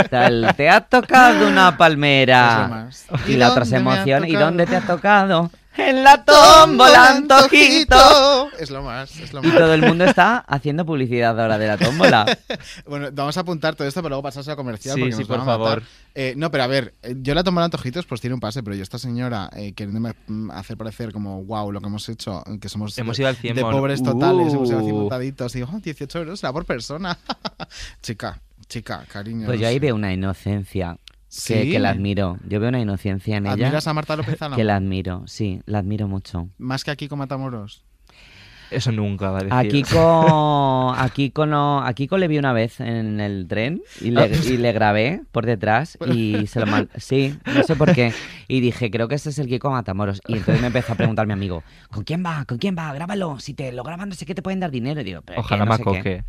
Tal, te ha tocado una
Es lo
palmera.
más.
Y
¿Y
la otra se
dónde me ha
emociona. ¿Y
tocado?
dónde te ha tocado? En la tómbola, antojito.
Es lo más, es lo
Y
más.
todo el mundo está haciendo publicidad ahora de la tómbola.
Bueno, vamos a apuntar todo esto para luego pasarse a comercial.
Sí,
porque
sí,
nos
por
van a matar.
favor.
Eh, no, pero a ver, eh, yo la tomo en antojitos, pues tiene un pase, pero yo esta señora eh, queriéndome mm, hacer parecer como, wow, lo que hemos hecho, eh, que somos
Hemos
de,
ido al cien
de
mon-
pobres totales, hemos ido al cien
Uh.
montaditos, y digo, oh, 18 euros, será por persona. chica, chica, cariño.
Pues
no
yo ahí
sé.
veo una inocencia que,
Sí.
que la admiro. Yo veo una inocencia en ella.
¿Admiras a Marta López Álamo?
Que la admiro, sí, la admiro mucho.
Más que aquí con Matamoros.
Eso nunca va a decir.
A Kiko, a Kiko no, a Kiko le vi una vez en el tren y
Ah.
le, y le grabé por detrás y se lo mal, sí, no sé por qué y dije creo que ese es el Kiko Matamoros y entonces me empezó a preguntar mi amigo ¿con quién va? ¿con quién va? Grábalo, si te lo graban no sé qué te pueden dar dinero y digo pero es que
Ojalá
no
me
sé qué.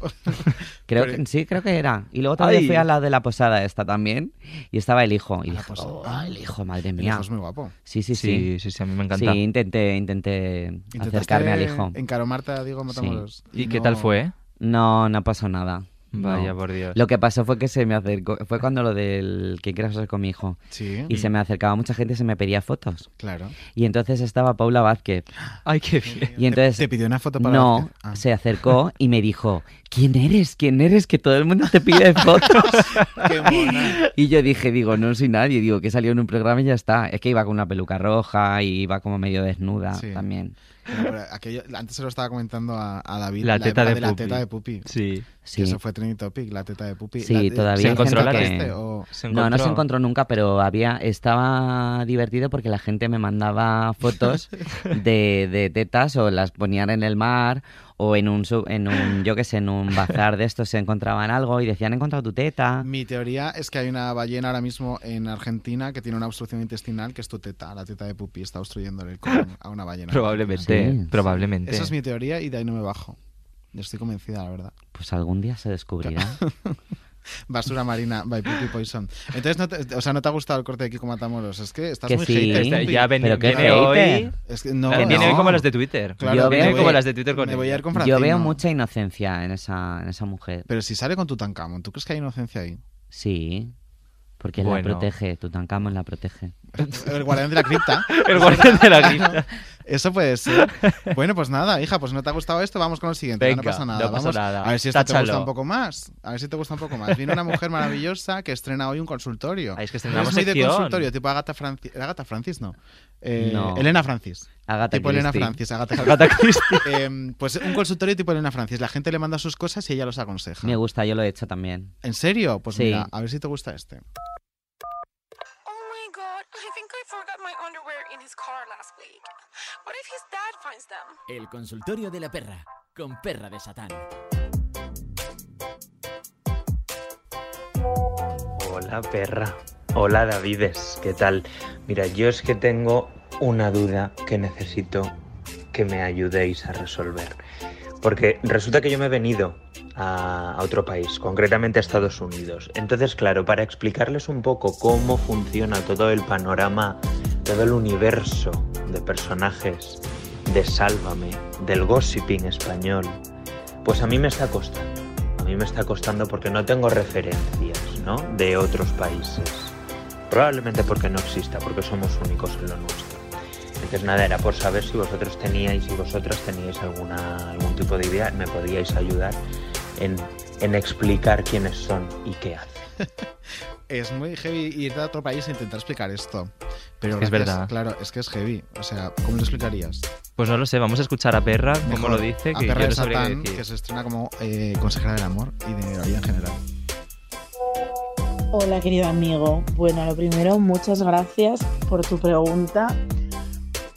creo que, sí creo que era y luego
Ay.
todavía fui al lado de la posada esta también y estaba el hijo y
la
dije,
posada.
"Oh, el hijo madre
El
mía
hijo es muy guapo.
sí sí sí
Sí, sí, sí, a mí me encanta.
sí intenté intenté
Intentaste
acercarme al hijo
Encaromarte a Diego Matamoros.
Sí. ¿Y qué tal
no-
fue?
No, no pasó nada.
Vaya,
No.
por Dios.
Lo que pasó fue que se me acercó. Fue cuando lo del que quieras hacer con mi hijo.
Sí.
Y se me acercaba mucha gente y se me pedía fotos.
Claro.
Y entonces estaba Paula Vázquez.
Ay, qué bien.
Y entonces.
¿Te pidió una foto para
No,
Vázquez? Ah.
se acercó y me dijo: ¿Quién eres? ¿Quién eres? Que todo el mundo te pide fotos.
Qué mona.
Y yo dije: Digo, no soy nadie. Digo, que salió en un programa y ya está. Es que iba con una peluca roja y iba como medio desnuda
Sí.
también.
Bueno, pero aquello- antes se lo estaba comentando a, a David.
La teta
época
de
la
Pupi.
teta de Pupi.
Sí.
Sí.
Que eso fue Trending Topic, la teta de Pupi.
Sí,
La-
todavía.
¿Se
hay
encontró
gente
la
que-
este o-
No, no se encontró nunca, pero había estaba divertido porque la gente me mandaba fotos de, de tetas o las ponían en el mar o en un, su- en un yo qué sé, en un bazar de estos se encontraban algo y decían, he encontrado tu teta.
Mi teoría es que hay una ballena ahora mismo en Argentina que tiene una obstrucción intestinal que es tu teta, la teta de Pupi, está obstruyéndole el colon a una ballena.
Probablemente,
Sí.
probablemente.
Esa es mi teoría y de ahí no me bajo. Estoy convencida, la verdad.
Pues algún día se descubrirá.
Basura marina by Pipi Poison. Entonces, no te, o sea, no te ha gustado el corte de Kiko Matamoros. Es que estás
Que
muy
sí.
hater,
Está-
Pupi.
ya ven- Pero que viene hater. hoy-
Es que no,
Claro,
viene
no.
hoy como las de Twitter.
Claro,
Yo
viene
veo-
hoy como las de Twitter con
me voy a ir con
Yo
Francino.
veo mucha inocencia en esa, en esa mujer.
Pero si sale con Tutankamón, ¿tú crees que hay inocencia ahí?
Sí. Porque
Bueno.
la protege, Tutankamón la protege.
El guardián de la cripta.
El guardián de la cripta.
Eso puede ser. Bueno, pues nada, hija, pues no te ha gustado esto, vamos con lo siguiente. no
Venga,
pasa nada.
no pasa
Vamos
nada.
A ver si esto te
Táchalo.
gusta un poco más. A ver si te gusta un poco más. Viene una mujer maravillosa que estrena hoy un consultorio.
Ay, es que
es
estrenamos
muy de
sección.
consultorio, tipo Agatha Francis. Agatha Francis no. Eh,
No.
Elena Francis.
Agatha
tipo Elena
Christie.
Francis. Agatha,
Agatha
Eh, pues un consultorio tipo Elena Francis. La gente le manda sus cosas y ella los aconseja.
Me gusta, yo lo he hecho también.
¿En serio? Pues
Sí.
mira, a ver si te gusta este.
my god, I think I forgot my underwear in his car last week. What if his dad finds them?
El consultorio de la perra, con perra de Satán.
Hola perra. Hola Davides, ¿qué tal? Mira, yo es que tengo una duda que necesito que me ayudéis a resolver. Porque resulta que yo me he venido a, a otro país, concretamente a Estados Unidos. Entonces, claro, para explicarles un poco cómo funciona todo el panorama, todo el universo de personajes de Sálvame, del gossiping español, pues a mí me está costando. A mí me está costando porque no tengo referencias, ¿no? De otros países. Probablemente porque no exista, porque somos únicos en lo nuestro. Entonces nada, era por saber si vosotros teníais y vosotras teníais alguna, algún tipo de idea, me podíais ayudar en, en explicar quiénes son y qué hacen.
Es muy heavy ir a otro país e intentar explicar esto. Pero
Es que es
gracias-
verdad.
Claro, es que es heavy. O sea, ¿cómo lo explicarías?
Pues no lo sé, vamos a escuchar a Perra,
Mejor,
como lo dice,
a
que
Perra
yo
de
no sabría qué
Satán,
decir.
que se estrena como eh, consejera del amor y de la vida en general.
Hola querido amigo. Bueno, lo primero, muchas gracias por tu pregunta,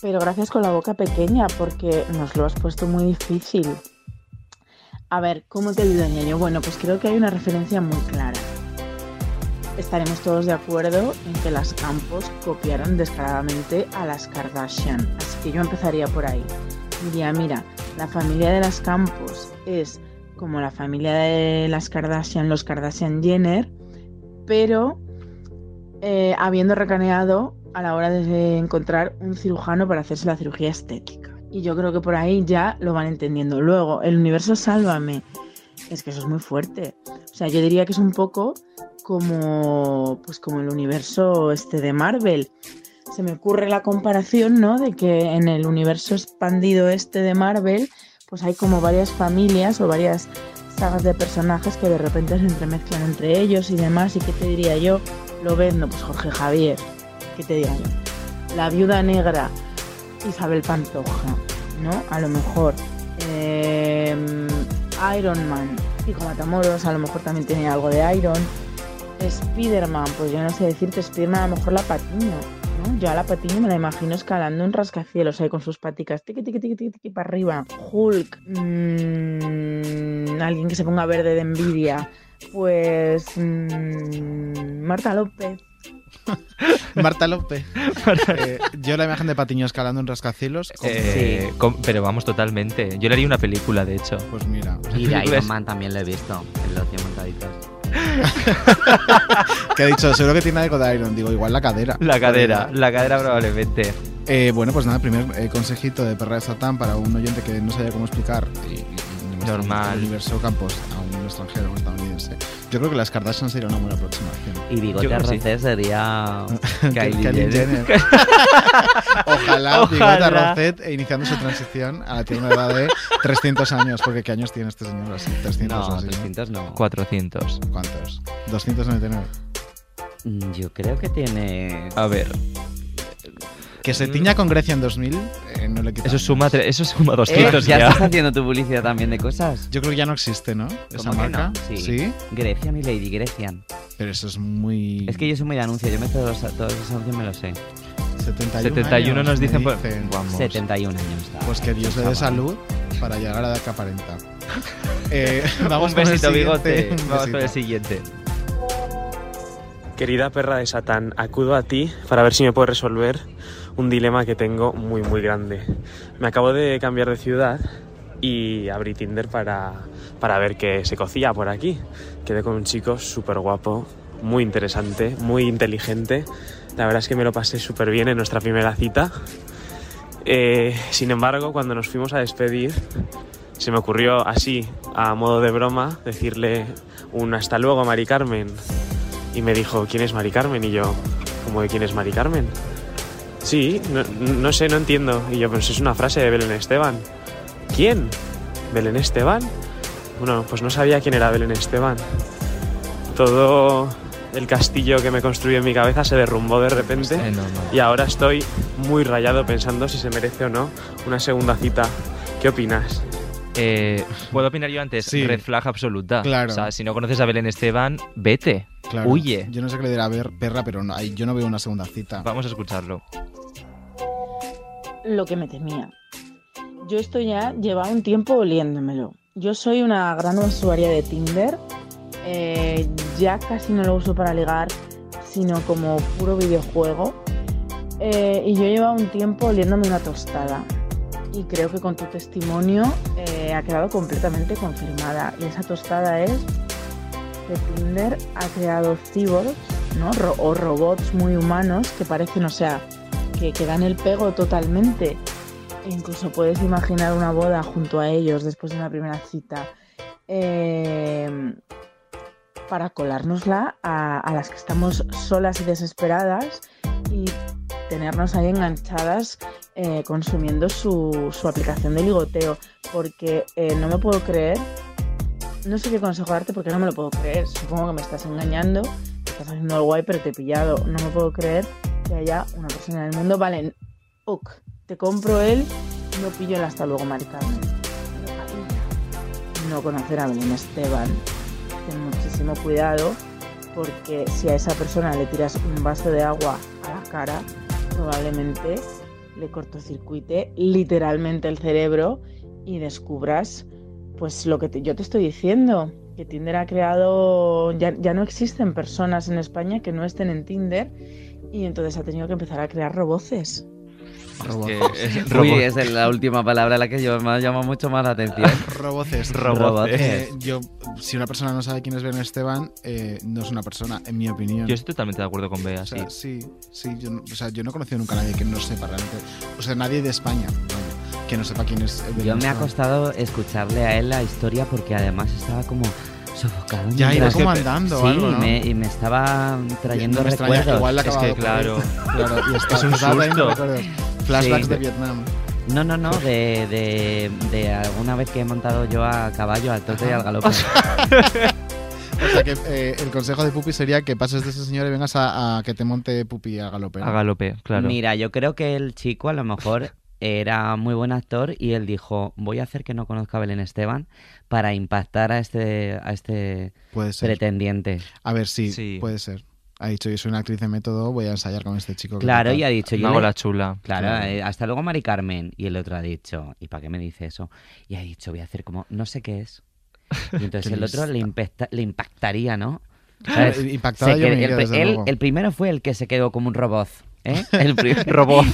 pero gracias con la boca pequeña porque nos lo has puesto muy difícil. A ver, ¿cómo te ayudo en ello? Bueno, pues creo que hay una referencia muy clara. Estaremos todos de acuerdo en que las Campos copiaron descaradamente a las Kardashian, así que yo empezaría por ahí. Diría, mira, la familia de las Campos es como la familia de las Kardashian, los Kardashian Jenner, pero eh, habiendo recaneado a la hora de encontrar un cirujano para hacerse la cirugía estética. Y yo creo que por ahí ya lo van entendiendo. Luego, el universo sálvame. Es que eso es muy fuerte. O sea, yo diría que es un poco como, pues como el universo este de Marvel. Se me ocurre la comparación, ¿no? De que en el universo expandido este de Marvel, pues hay como varias familias o varias sagas de personajes que de repente se entremezclan entre ellos y demás. ¿Y qué te diría yo? Lo vendo, pues Jorge Javier. ¿Qué te diría yo? La viuda negra, Isabel Pantoja, ¿no? A lo mejor. em, Iron Man, Pico Matamoros, a lo mejor también tiene algo de Iron. Spider-Man, pues yo no sé decirte, Spider-Man a lo mejor la Patiño, ¿no? Yo a la Patiño me la imagino escalando un rascacielos ahí con sus paticas, tiqui, tiqui, tiqui, tiqui, tiqui, para arriba. Hulk, mm, alguien que se ponga verde de envidia, pues mm, Marta López.
Marta López. Eh, yo la imagen de Patiño escalando un rascacielos. con-
Eh, com- Pero vamos, totalmente. Yo le haría una película, de hecho.
Pues mira.
Y de
¿Ves?
Iron Man también lo he visto en los 100 montaditos.
Que ha dicho, seguro que tiene algo de Iron. Digo, igual la cadera.
La cadera, la cadera probablemente.
Eh, bueno, pues nada, primer eh, consejito de Perra de Satán para un oyente que no sabía cómo explicar y- y- y no está
Normal.
en el universo Campos a un extranjero, a un estadounidense. Yo creo que las Kardashian sería una buena aproximación.
Y bigote
Yo creo que sí.
RC sería Kylie
Kylie
Jenner.
Jenner. Ojalá, Bigota
Ojalá.
Rosset e iniciando su transición a la tierna edad de 300 años, porque ¿qué años tiene este señor? Así, 300 o
No,
así, ¿eh? ¿no?
300 no.
400.
¿Cuántos? 299.
Mm, Yo creo que tiene...
A ver.
Que se tiña con Grecia en 2000, eh, no le quita.
Eso suma, tre- eso suma
Eh,
200
ya
ya.
estás haciendo tu publicidad también de cosas.
Yo creo que ya no existe, ¿no? Esa
que no?
marca.
Sí.
¿Sí?
Grecia, mi lady, Grecian.
Pero eso es muy.
Es que yo soy muy de anuncio, yo me todos, todos esos anuncios me los sé.
71,
71
años,
nos
me
dicen por-
dicen.
Vamos.
71 años. está.
Pues que Dios le dé
Chaval.
salud para llegar a la que aparenta. Eh, vamos
Un
con el
besito, bigote.
siguiente. Un
Vamos con el
besito.
siguiente.
Querida perra de Satán, acudo a ti para ver si me puedes resolver un dilema que tengo muy muy grande. Me acabo de cambiar de ciudad y abrí Tinder para, para ver qué se cocía por aquí. Quedé con un chico súper guapo, muy interesante, muy inteligente. La verdad es que me lo pasé súper bien en nuestra primera cita. Eh, sin embargo, cuando nos fuimos a despedir, se me ocurrió así, a modo de broma, decirle un hasta luego, Mari Carmen. Y me dijo, ¿quién es Mari Carmen? Y yo, ¿cómo de quién es Mari Carmen? Sí, no, no sé, no entiendo. Y yo, pues es una frase de Belén Esteban. ¿Quién? ¿Belén Esteban? Bueno, pues no sabía quién era Belén Esteban. Todo el castillo que me construí en mi cabeza se derrumbó de repente y ahora estoy muy rayado pensando si se merece o no una segunda cita. ¿Qué opinas?
Eh, ¿Puedo opinar yo antes?
Sí.
Red flag absoluta.
Claro.
O sea, si no conoces a Belén Esteban, vete.
Claro.
Huye.
Yo no sé qué le dirá ver, perra, pero no, ahí yo no veo una segunda cita.
Vamos a escucharlo.
lo que me temía. Yo esto ya llevaba un tiempo oliéndomelo. Yo soy una gran usuaria de Tinder. Eh, ya casi no lo uso para ligar, sino como puro videojuego. Eh, y yo llevaba un tiempo oliéndome una tostada. Y creo que con tu testimonio eh, ha quedado completamente confirmada. Y esa tostada es que Tinder ha creado cyborgs, ¿no? Ro- o robots muy humanos que parecen, o sea, que, que dan el pego totalmente. E incluso puedes imaginar una boda junto a ellos después de una primera cita. Eh, para colárnosla a, a las que estamos solas y desesperadas y tenernos ahí enganchadas eh, consumiendo su, su aplicación de ligoteo. Porque eh, no me puedo creer, no sé qué consejo darte porque no me lo puedo creer. Supongo que me estás engañando, te estás haciendo el guay, pero te he pillado. No me puedo creer que haya una persona en el mundo. Vale, ok, te compro él, no pillo el hasta luego, Mari Carmen. Pero, cariño, No conocer a Belén Esteban. Ten muchísimo cuidado porque si a esa persona le tiras un vaso de agua a la cara, probablemente le cortocircuite literalmente el cerebro y descubras pues lo que te- yo te estoy diciendo, que Tinder ha creado, ya, ya no existen personas en España que no estén en Tinder y entonces ha tenido que empezar a crear roboces.
Uy,
Robo-
esa es la última palabra la que yo me ha llamado mucho más la atención.
Roboces.
Roboces.
Eh, yo, si una persona no sabe quién es Belén Esteban, eh, no es una persona, en mi opinión.
Yo estoy totalmente de acuerdo con Bea,
O
sí.
sea, sí, sí, yo, no- o sea, yo no he conocido nunca a nadie que no sepa realmente. O sea, nadie de España vaya, que no sepa quién es Belén
Yo me ha
Esteban.
costado escucharle a él la historia porque además estaba como sofocado.
Ya,
mientras-
iba como andando o
Sí,
algo, ¿no?
y, me, y me estaba trayendo
No me extraña,
recuerdos.
igual la acababa por- claro, y está,
Es un
estaba trayendo
susto.
recuerdos. Flashbacks
Sí.
de Vietnam.
No, no, no, de, de, de alguna vez que he montado yo a caballo, al trote y al galope.
O sea que eh, el consejo de Pupi sería que pases de ese señor y vengas a, a que te monte Pupi a galope. ¿no?
Mira, yo creo que el chico a lo mejor era muy buen actor y él dijo, voy a hacer que no conozca a Belén Esteban para impactar a este, a este
Puede ser.
pretendiente.
A ver, sí, puede ser. Ha dicho, yo soy una actriz de método, voy a ensayar con este chico. que
Claro,
tal".
y ha dicho yo. le- Claro,
Claro.
eh, hasta luego, Mari Carmen. Y el otro ha dicho, ¿y para qué me dice eso? Y ha dicho, voy a hacer como, no sé qué es. Y entonces
Qué
el otro le, impacta- le impactaría, ¿no?
Claro, impactada
Se
yo me
qued-
iría,
el, pri-
desde
él-
luego.
el primero fue el que se quedó como un robot. ¿eh? El pri-
Robot.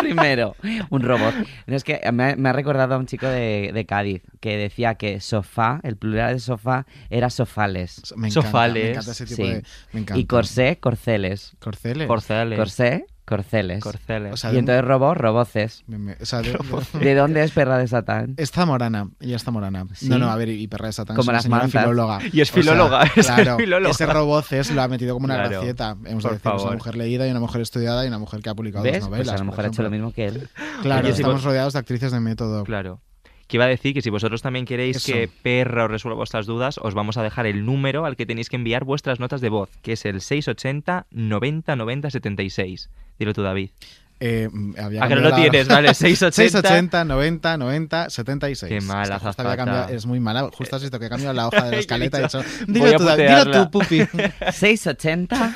primero, un robot. No, es que me ha, me ha recordado a un chico de, de Cádiz que decía que sofá, el plural de sofá, era sofales.
Me encanta, Sofales. me encanta ese tipo de- me encanta.
Y corsé, corceles.
Corceles.
Corceles.
Corsé, corceles.
Corceles. O sea,
y
de-
entonces robot, roboces.
Me- me- o sea, de-
¿De,
de-
dónde es Perra de Satán?
Está morana, ella está morana.
Sí.
No, no, a ver, y perra de Satán
Como
es una
las
señora
mantas.
filóloga.
Y es
O sea,
filóloga, es
claro,
filóloga.
Ese roboces lo ha metido como una
Claro,
gracieta. Hemos
por
de decir, es una
favor.
mujer leída y una mujer estudiada y una mujer que ha publicado
¿Ves?
dos
Pues
novelas.
a lo
por
mejor ha hecho lo
ejemplo.
mismo que él.
Claro,
Oye, si
estamos
vos-
rodeados de actrices de método.
Claro. Que iba a decir que si vosotros también queréis
Eso.
que Perra os resuelva vuestras dudas, os vamos a dejar el número al que tenéis que enviar vuestras notas de voz, que es el 680 90 90 76. Dilo tú, David.
Eh, mm, había
Ah, que no
cambiado
lo tienes, vale, 680.
680, 90, 90, 76.
Qué mala,
Hostia, justo
azafata.
había cambiado- Es muy mala. Justo has visto que he cambiado la hoja de la
He
escaleta y he
dicho,
dicho,
voy
dilo
a
tú, da-
putearla".
dilo tú, pupi.
680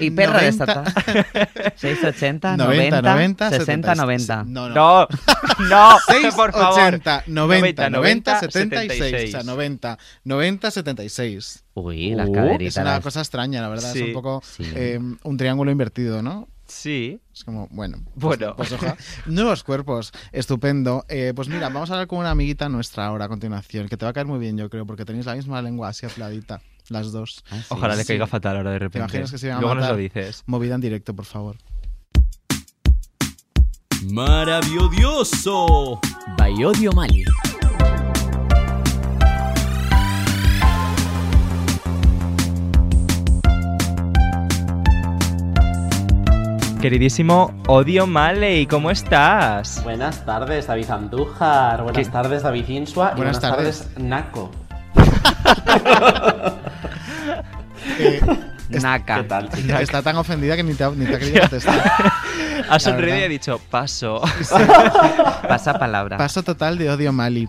y perra de
90.
Satán. 680, 90,
90, 90,
60,
76.
90.
No,
No, no,
6,
por favor.
80, 90, 90, 76.
76.
O sea, 90, 90, 76.
Uy, las
Uh,
caderitas.
Es una
las-
cosa extraña, la verdad.
Sí.
Es un poco
Sí.
eh, un triángulo invertido, ¿no?
Sí.
Es como, bueno. pues-
Bueno.
pues ojalá. Nuevos cuerpos, estupendo. Eh, pues mira, vamos a hablar con una amiguita nuestra ahora a continuación, que te va a caer muy bien, yo creo, porque tenéis la misma lengua así apladita, las dos.
Ah,
Ojalá le caiga fatal ahora de
¿Te
repente.
imaginas que se iban a
Luego nos lo
matar?
dices.
Movida en directo, por favor.
Maravilloso. By Odio Mali.
Queridísimo Odio Maley, ¿cómo estás?
Buenas tardes, David Andújar. Buenas
¿Qué?
tardes, David Insua. y
Buenas
buenas
tardes.
tardes, Naco.
Eh,
Naca.
¿Qué tal, chicas?
Está tan ofendida que ni te ha, ni te ha querido contestar.
Ha sonreído y
verdad.
ha dicho, paso.
Pasa palabra.
Paso total de Odio Mali.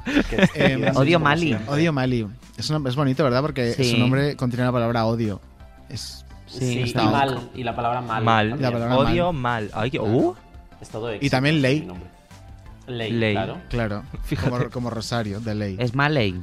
Qué
Em,
tía, Odio como Mali. siempre.
Odio Mali. Es, un- es bonito, ¿verdad? Porque
Sí.
su nombre contiene la palabra odio. Es,
Sí,
está-
y mal. Y la palabra mal.
Mal.
también.
Odio mal. Ay, qué- uh.
Es todo
Y también ley.
Ley,
Ley.
claro.
Claro. Como, como Rosario, de ley.
Es Maley.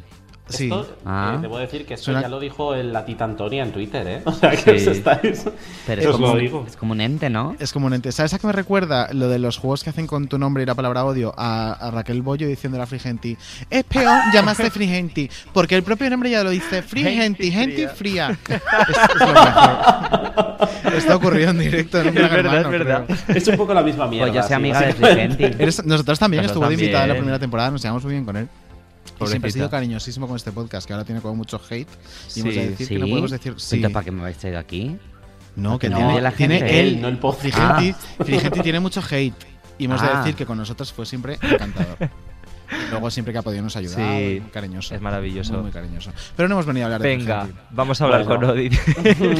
Sí.
Esto,
Ah.
eh, debo decir que esto
Suena-
ya lo dijo el- la Tita Antonia en Twitter, ¿eh? O sea, que os estáis...
Pero
Os
es como,
lo
un-
digo.
es como un ente, ¿no?
Es como un ente. ¿Sabes a qué me recuerda lo de los juegos que hacen con tu nombre y la palabra odio? A, a Raquel Bollo diciendo la Frigenti. Es peor llamarse Frigenti, porque el propio nombre ya lo dice Frigenti, gente fría. Es, es lo mejor. Esto ocurrió en directo en un
Es
Gran
verdad,
Hermano,
es verdad.
creo.
Es un poco la misma mierda,
Pues yo soy
sí,
amiga de
básicamente.
Frigenti.
Eres- nosotros también
Nosotros
estuvo de invitada en la
también.
primera temporada, nos llevamos muy bien con él. Y siempre
Pobrecita.
ha sido cariñosísimo con este podcast, que ahora tiene como mucho hate. Y hemos de decir
sí.
que no podemos decir sí.
Entonces, ¿para qué me habéis traído aquí?
No, que
No,
tiene,
de la
tiene
gente.
él.
Él, no el podcast.
Frigenti,
Ah.
Frigenti tiene mucho hate. Y hemos de
Ah.
decir que con nosotros fue siempre encantador. Y Luego siempre que ha podido nos ha ayudado.
Sí,
muy cariñoso.
es maravilloso.
Muy, muy cariñoso. Pero no hemos venido a hablar de
Venga,
Frigenti.
vamos a hablar
Bueno.
con Odi.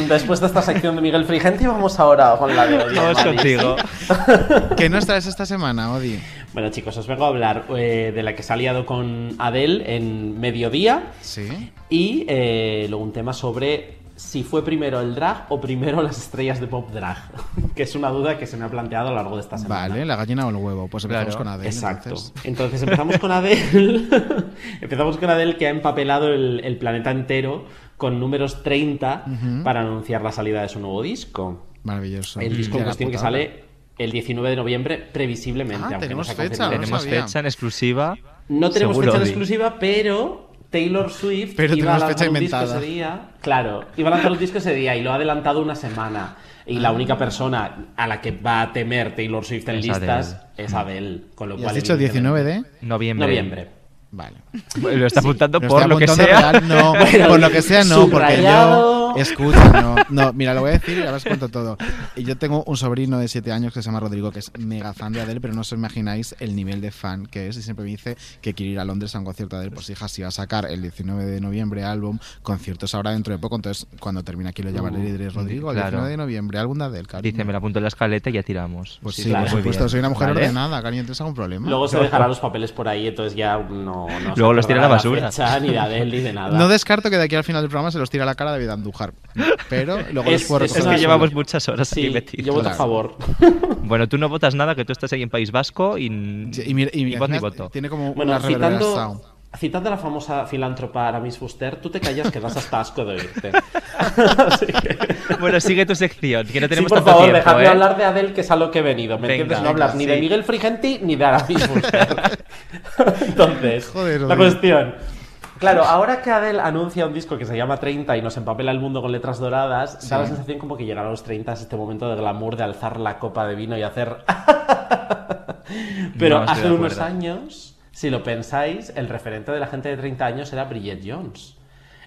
Después de esta sección de Miguel Frigenti, vamos ahora con la de Odio
Vamos
Mali.
contigo.
¿Qué nos traes esta semana, Odi?
Bueno, chicos, os vengo a hablar eh, de la que se ha liado con Adele en Mediodía.
Sí.
Y eh, luego un tema sobre si fue primero el drag o primero las estrellas de pop drag. Que es una duda que se me ha planteado a lo largo de esta semana.
Vale, la gallina o el huevo. Pues empezamos con Adele.
Exacto.
entonces.
Entonces, empezamos con Adele. empezamos con Adele que ha empapelado el, el planeta entero con números 30
Ujú.
para anunciar la salida de su nuevo disco.
Maravilloso.
El disco
Ya
en
la
cuestión que
putada.
sale el 19 de noviembre, previsiblemente.
Ah,
aunque
tenemos
no se ha
fecha,
confirmado.
no lo
Tenemos
sabía.
fecha en exclusiva.
No tenemos
Seguro,
fecha en
Odi.
exclusiva, pero Taylor Swift
Pero
iba a
tenemos
lanzar
fecha
un disco
inventada.
ese día. Claro, iba a lanzar un disco ese día y lo ha adelantado una semana. Y la única persona a la que va a temer Taylor Swift en
Ah. Es
listas es Adele. Con lo
¿Y
cual,
has dicho
evidentemente-
19 de?
Noviembre.
noviembre.
Vale.
Lo está apuntando
Pero
por
está
lo que
apuntando
sea.
real, no,
Bueno,
por lo que sea, no, porque yo.
subrayado.
Escucha, no. No, mira, lo voy a decir y ahora os cuento todo. Yo tengo un sobrino de 7 años que se llama Rodrigo, que es mega fan de Adele, pero no os imagináis el nivel de fan que es. Y siempre me dice que quiere ir a Londres a un concierto de Adele. Pues hija, si va a sacar el 19 de noviembre álbum, conciertos Pues ahora dentro de poco. Entonces, cuando termine aquí lo llamaré y le diré, Rodrigo, el
Uh, claro.
19 de noviembre, álbum de Adele, cariño.
Dice, me la apunto en la escaleta y ya tiramos.
Pues sí,
claro.
por
Muy
supuesto,
bien.
soy una mujer
Vale.
ordenada, cariño, ¿tienes algún problema?
Luego se dejará los papeles por ahí, entonces ya no. no se
Luego los tira a la
acordará de
basura.
fecha, ni de Adele, ni de nada.
No descarto que de aquí al final del programa se los tira a la cara David Andújar. Pero luego los
Es-
puedo
es
Es
recoger.
que llevamos muchas horas
Sí,
aquí metidos.
yo voto a
Claro.
favor.
Bueno, tú no votas nada, que tú estás ahí en País Vasco y,
Sí, y mira- y
voto y
encima
voto.
Tiene como
Bueno,
una reverberación.
citando, citando a la famosa filántropa Aramis Fuster, tú te callas que das hasta asco de oírte.
Bueno, sigue tu sección, que no tenemos
sí, por
tanto
favor,
tiempo,
dejadme
¿eh?
hablar de Adel, que es a lo que he venido. ¿Me
Venga,
entiendes? No
venga,
hablar ni de
sí.
Miguel Frigenti ni de Aramis Fuster. Entonces,
Joder,
la
Rodrigo.
cuestión. Claro, ahora que Adel anuncia un disco que se llama 30 y nos empapela el mundo con letras doradas, da la sensación como que llegar a los 30 es este momento de glamour de alzar la copa de vino y hacer Pero
No, estoy
hace
de
unos
acuerdo.
años, si lo pensáis, el referente de la gente de 30 años era Bridget Jones.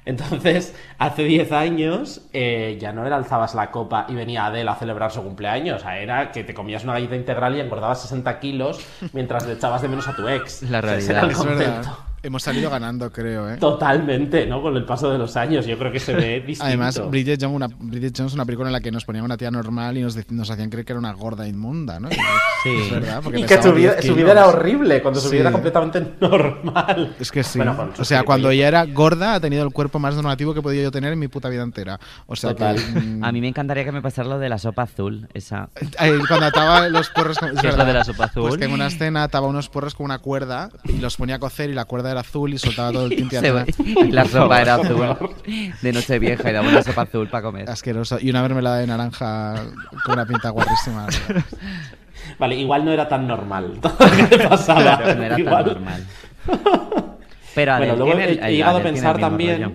Entonces, hace 10 años eh, ya no era alzabas la copa y venía Adele a celebrar su cumpleaños. O sea, era que te comías una galleta integral y engordabas 60 kilos mientras le echabas de menos a tu ex.
La
O sea,
realidad.
ese era el
Es verdad.
concepto.
Hemos salido ganando, creo, ¿eh?
Totalmente, ¿no? Con el paso de los años, yo creo que se ve distinto.
Además, Bridget Jones, una, Bridget Jones, una película en la que nos ponían una tía normal y nos, dec- nos hacían creer que era una gorda inmunda, ¿no? Sí. Es verdad, porque
y que
pesaba
su vida,
10
su vida era
kilos.
horrible, cuando su
Sí.
vida era completamente normal.
Es que sí.
Bueno, con
o
sus
sea,
gilipollas.
cuando ella era gorda, ha tenido el cuerpo más normativo que he podido yo tener en mi puta vida entera. O sea, que,
Total.
mm,
A mí me encantaría que me pasara lo de la sopa azul, esa.
Eh, Cuando ataba los porros con...
¿Qué es lo
verdad.
de la sopa azul?
Pues que en una escena ataba unos porros con una cuerda y los ponía a cocer y la cuerda era era azul y soltaba todo el tinte.
Se- la sopa era azul. De noche vieja y daba una sopa azul para comer.
Asqueroso. Y una mermelada de naranja con una pinta guapísima.
Vale, igual no era tan normal todo lo que te pasaba.
Claro, no era tan normal. Pero Adel
bueno, luego
tiene el-
he, he llegado a
Adel tiene el
pensar
mismo
también.
rollo.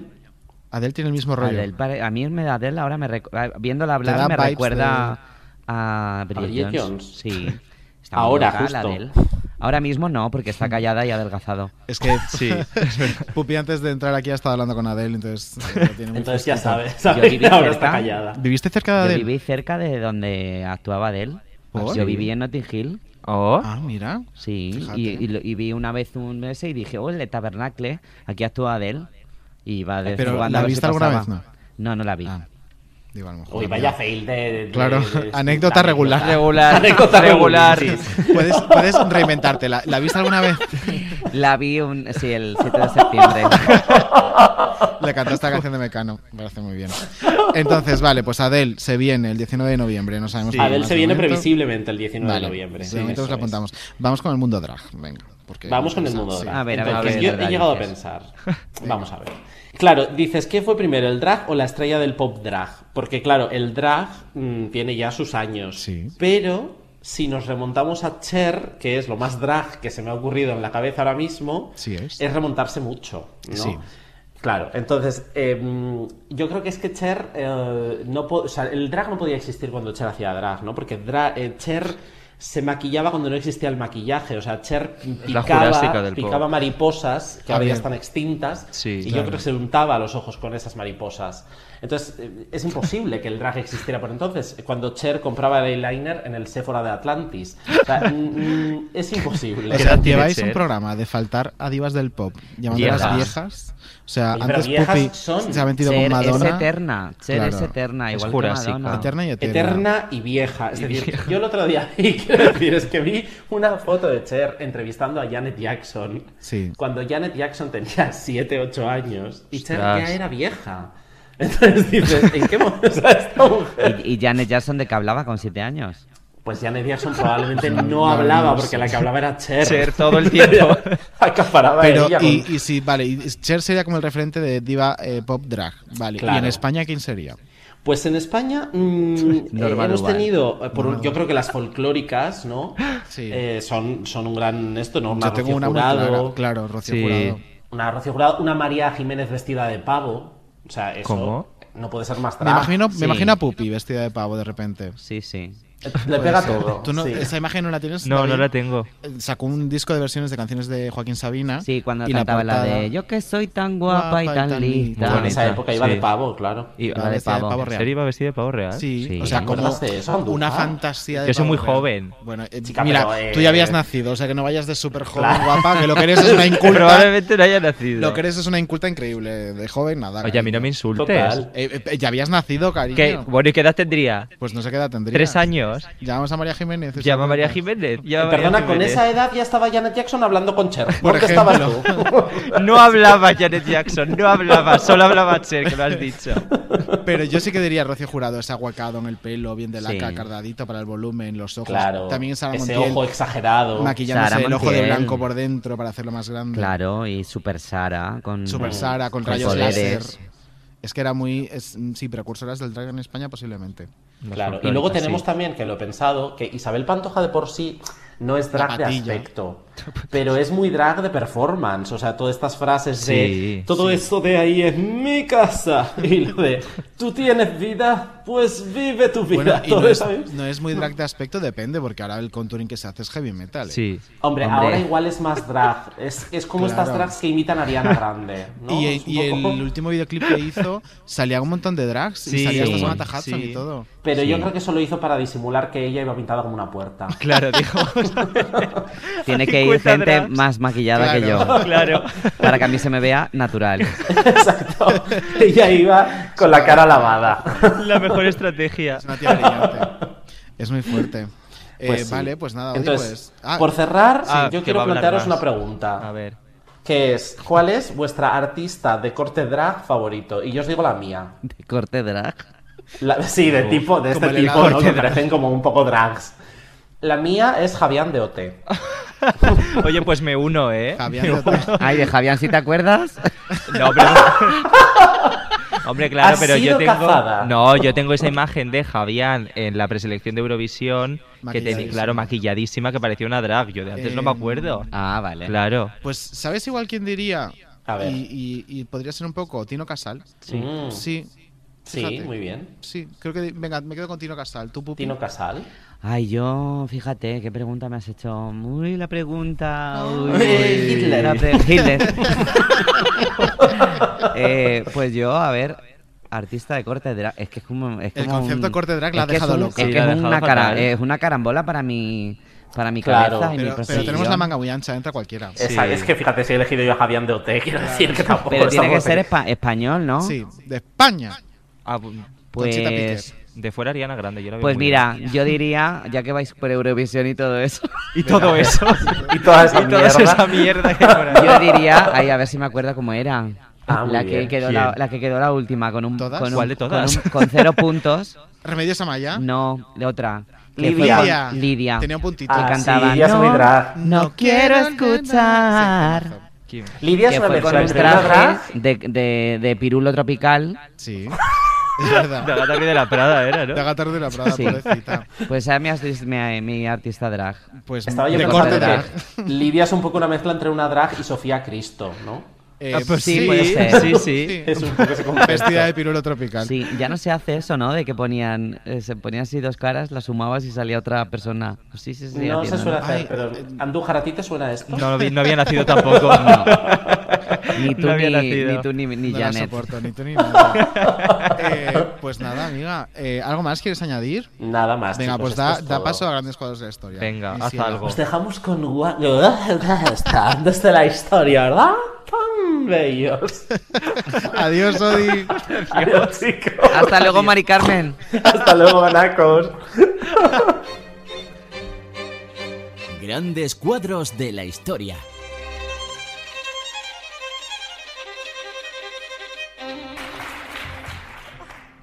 Adel tiene el mismo rollo.
Adele pare- a mí me Adele ahora me recu- viéndola
Te da
hablar me
vibes
recuerda a Bridget,
Bridget
Jones.
Jones.
Sí. Está muy
Ahora,
loca la
justo.
Adele. Ahora mismo no, porque está callada y adelgazado.
Es que Pupi antes de entrar aquí ha estado hablando con Adel, entonces eh, lo tiene muy
Entonces ya
fresquito.
sabe, sabe que ahora está callada.
¿Viviste cerca de
Yo
Adele?
viví cerca de donde actuaba Adele.
¿Por?
Yo viví en Notting Hill.
Ah, mira.
Sí,
Fíjate.
y, y lo- y vi una vez un ese y dije, ole, tabernacle, aquí actúa Adele. Y va de
Pero,
jugando
¿la
a ver si
viste alguna
pasaba.
vez, no? Ah.
No, no la vi.
Digo, a lo mejor
Uy,
no.
vaya fail de. de- de-
Claro,
de- de-
anécdota regular.
Regular,
Anécdota regular. regular, sí.
Puedes, puedes reinventártela. ¿La viste alguna vez?
La vi un, sí, el 7 de septiembre.
Le cantó esta canción de Mecano. Me parece muy bien. Entonces, vale, pues Adel se viene el 19 de noviembre. No sabemos
Sí.
cuándo
Adele
más
se
de
viene
momento.
previsiblemente el 19 de
Vale,
noviembre.
de
Sí,
momento nos
eso
la
es.
apuntamos. Vamos con el mundo drag. Venga. porque-
Vamos con el
o sea,
mundo
sí.
drag.
a
Entonces,
ver,
yo
verdad,
he llegado
dices.
a pensar. Vamos a ver. Claro, dices, ¿qué fue primero, el drag o la estrella del pop drag? Porque claro, el drag mm, tiene ya sus años. Pero si nos remontamos a Cher, que es lo más drag que se me ha ocurrido en la cabeza ahora mismo,
Sí es.
es remontarse mucho, ¿no?
Sí.
Claro, entonces eh, yo creo que es que Cher eh, no po- o sea, el drag no podía existir cuando Cher hacía drag, ¿no? Porque dra- eh, Cher se maquillaba cuando no existía el maquillaje, o sea, Cher
la
picaba,
Jurásica del pop.
picaba mariposas que
Ah,
ahora ya
bien.
están extintas
Sí,
y yo
claro.
creo que se untaba los ojos con esas mariposas. Entonces eh, es imposible que el drag existiera por entonces, cuando Cher compraba el eyeliner en el Sephora de Atlantis. O sea, mm, mm, es imposible.
O sea, lleváis un programa de faltar a divas del pop, llamándolas
Viejas.
viejas. O sea,
Pero
antes
viejas
Pupi
son.
se ha metido
Cher
con Madonna.
es eterna, Cher es eterna, Es igual que jurásica. Madonna.
Eterna y eterna.
Eterna y vieja. Es decir, yo el otro día vi, quiero decir, es que vi una foto de Cher entrevistando a Janet Jackson.
Sí.
Cuando Janet Jackson tenía 7, 8 años y Cher
Ostras.
ya era vieja. Entonces dices, ¿en qué momento o sea, esta mujer?
Y, y Janet Jackson de que hablaba con 7 años.
Pues Janet Jackson probablemente no,
Pues No,
hablaba
no
porque
sé.
la que hablaba era Cher.
Cher todo el tiempo.
Acaparaba
Pero,
ella con-
y, y sí, vale, y Cher sería como el referente de diva eh, pop drag. Vale,
Claro.
¿y en España quién sería?
Pues en España mm, eh,
Norma
hemos
Duval.
tenido, eh, por un-
Norma
yo
Duval.
creo que las folclóricas, ¿no? Eh, son, son un gran esto, ¿no? Una
Yo tengo
Rocío
una muy clara,
Jurado,
claro, Rocío Sí. Jurado.
Una Rocío Jurado, una María Jiménez vestida de pavo. O sea, eso
¿Cómo?
no puede ser más
Me
drag.
imagino, me imagino a Pupi vestida de pavo de repente.
Ah, Sí, sí. Pues,
Le
Puede
pega
ser.
todo,
¿Tú no-
sí.
Esa imagen no la tienes.
No,
David?
no la tengo.
Eh, Sacó un disco de versiones de canciones de Joaquín Sabina.
Sí, cuando
y
cantaba la,
portada-
de Yo que soy tan guapa y tan, linda.
Bueno, en esa época iba de pavo, claro.
Iba
Iba
de
vestida de
pavo.
pavo real.
¿En serio iba vestida de pavo real?
Sí,
Sí.
o sea,
¿Te
como
acuerdas de
eso, Andújar?
una fantasía de.
Yo soy muy
pavo real.
joven.
Bueno, eh,
Chica,
mira,
pero,
tú ya habías
eh,
nacido, o sea que no vayas de súper joven
claro.
guapa, que lo que eres es una inculta.
Probablemente no haya nacido.
Lo que eres es una inculta increíble. De joven, nada.
Oye, a mí no me insultes. Total.
Eh, eh, eh, ya habías nacido, cariño.
¿Qué? Bueno, ¿y qué edad tendría?
Pues no sé qué edad tendría.
Tres años.
Llamamos a María Jiménez.
Llama a María Jiménez. llama a María
Perdona, con
Jiménez.
esa edad ya estaba Janet Jackson hablando con Cher.
Por
¿Dónde estabas
ejemplo.
tú?
No hablaba Janet Jackson, no hablaba, solo hablaba Cher, que lo has dicho.
Pero yo sí que diría Rocío Jurado, ese aguacado en el pelo, bien de laca,
Sí.
cardadito para el volumen, los ojos.
Claro,
También Sara
ese
Montiel,
ojo exagerado.
Maquillándose
Sara
el ojo de
Montiel.
blanco por dentro para hacerlo más grande.
Claro, y Super Sara con
Super Sara con, rayos láser. Es que era muy. es- sí, precursoras del drag en España, posiblemente.
Claro, y luego tenemos también, que lo he pensado, que Isabel Pantoja de por sí no es drag de
patilla.
aspecto, pero es muy drag de performance, o sea, todas estas frases de
Sí,
todo
sí.
eso de ahí es mi casa y lo de tú tienes vida, pues vive tu vida.
Bueno, y
todo
no es,
eso, ¿eh?
no es muy drag de aspecto, depende, porque ahora el contouring que se hace es heavy metal. ¿eh?
Sí.
Hombre, ahora igual es más drag, es, es como estas
Claro.
drags que imitan a Ariana Grande. ¿no?
Y,
Es un
y el
poco-
último videoclip que hizo salía un montón de drags y
Sí,
salía hasta
sí,
Samantha Hudson
sí.
y todo.
Pero yo
Sí.
creo que eso lo hizo para disimular que ella iba pintada como una puerta.
Claro, dijo.
Tiene que ir
50
gente
drags.
más maquillada
Claro.
que yo.
Claro.
Para que a mí se me vea natural.
ella iba con la cara lavada.
La mejor estrategia.
Es una tía brillante. Es muy fuerte. Eh,
Pues sí.
Vale, pues nada, oye, pues-
Entonces,
ah,
por cerrar,
Ah,
yo
que
quiero
va a hablar
plantearos
más.
una pregunta.
A ver.
Que es, ¿cuál es vuestra artista de corte drag favorito? Y yo os digo la mía.
¿De corte drag?
La- sí, de
Como-
tipo, de
como
este
el
tipo, ¿no?
corte
Que
drag.
parecen como un poco drags. La mía es Javián de Ote.
Oye, pues me uno, ¿eh?
Javián, Ay, de Javián, si te acuerdas.
No, pero... Hombre, claro,
¿Has
pero yo
sido
tengo.
cazada?
No, yo tengo esa imagen de Javián en la preselección de Eurovisión, que tenía,
Maquilladísima.
claro, maquilladísima, que parecía una drag. Yo de antes no me
Em,
acuerdo.
Ah, vale.
Claro.
Pues, ¿sabes igual quién diría?
A ver.
Y, y- y podría ser un poco Tino Casal.
Sí. Mm.
Sí.
Sí, muy bien.
Sí, creo que. Venga, me quedo con Tino Casal. ¿Tú, Pupi?
Tino Casal.
Ay, yo, fíjate, qué pregunta me has hecho. Uy, la pregunta. Uy,
Eh, Hitler.
la pre- Hitler. Eh, pues yo, a ver, artista de corte drag. Es que es como. Es
El
como
concepto
un-
de corte drag la
es
ha
que es
dejado
un-
loca.
Es
Sí,
que
la ha
es una,
dejado
cara-
fatal.
es una carambola para mi, para mi
Claro.
cabeza y mi
Pero, pero
proceso.
tenemos la manga muy ancha, entra cualquiera.
Esa- Es que fíjate, si he elegido yo a Javián de OT, quiero decir que tampoco
Pero tiene que
estamos-
ser espa- español, ¿no?
Sí, de España.
Ah, bu-
Conchita Pues-
De fuera Ariana Grande, yo la veo
Pues
muy
mira,
bien.
yo diría, ya que vais por Eurovisión y todo eso.
Y todo eso.
Y toda esa
Y toda
mierda.
esa mierda que hay por ahí.
Yo diría, ahí a ver si me acuerdo cómo era.
Ah, muy
la, que
bien.
quedó la,
¿Quién?
la que quedó la última con un,
¿Todas?
Con un-
¿Cuál de
con
todas?
un- con cero puntos.
¿Remedios Amaya?
No, de otra. que
Lidia.
fue con- Lidia.
Tenía un puntito.
Que
Ah, sí,
cantaba.
Lidia es muy
"No,
drag".
No, quiero escuchar.
¿Quién?
Lidia es
que
una
fue con
versión
un
entre una drag.
traje de, de, de pirulo tropical.
Sí. Es verdad.
La gata de la Prada era, ¿no?
La gata de la Prada,
Sí.
pobrecita.
Pues esa es mi, artis- mi, mi artista drag.
Pues
Estaba yo
de
pensando
corte drag.
que Lidia es un poco una mezcla entre una drag y Sofía Cristo, ¿no?
Eh,
Ah, pues sí,
sí,
puede ser.
sí, sí.
Es un poco ese contexto.
Vestida de pirulo tropical.
Sí, ya no se hace eso, ¿no? De que ponían, eh, se ponían así dos caras, las sumabas y salía otra persona. Sí, sí, sí.
No se
haciendo,
suele
¿no?
hacer, pero Andújar, ¿a ti te suena
eh,
esto?
No, lo vi- no había nacido tampoco.
No. Ni tú
No había
ni,
nacido.
ni tú ni, ni
no la
Janet.
soporto, ni tú ni nada. Eh, pues nada, amiga. Eh, ¿Algo más quieres añadir?
Nada más.
Venga,
chicos,
pues da,
esto es
da
todo.
paso a grandes cuadros de la historia.
Venga,
Y
haz
sí,
algo.
Os dejamos con gua- desde la historia, ¿verdad? Tan bellos.
Adiós, Odi.
Adiós, chicos.
Hasta luego, Mari Carmen.
Hasta luego, nacos.
Grandes cuadros de la historia.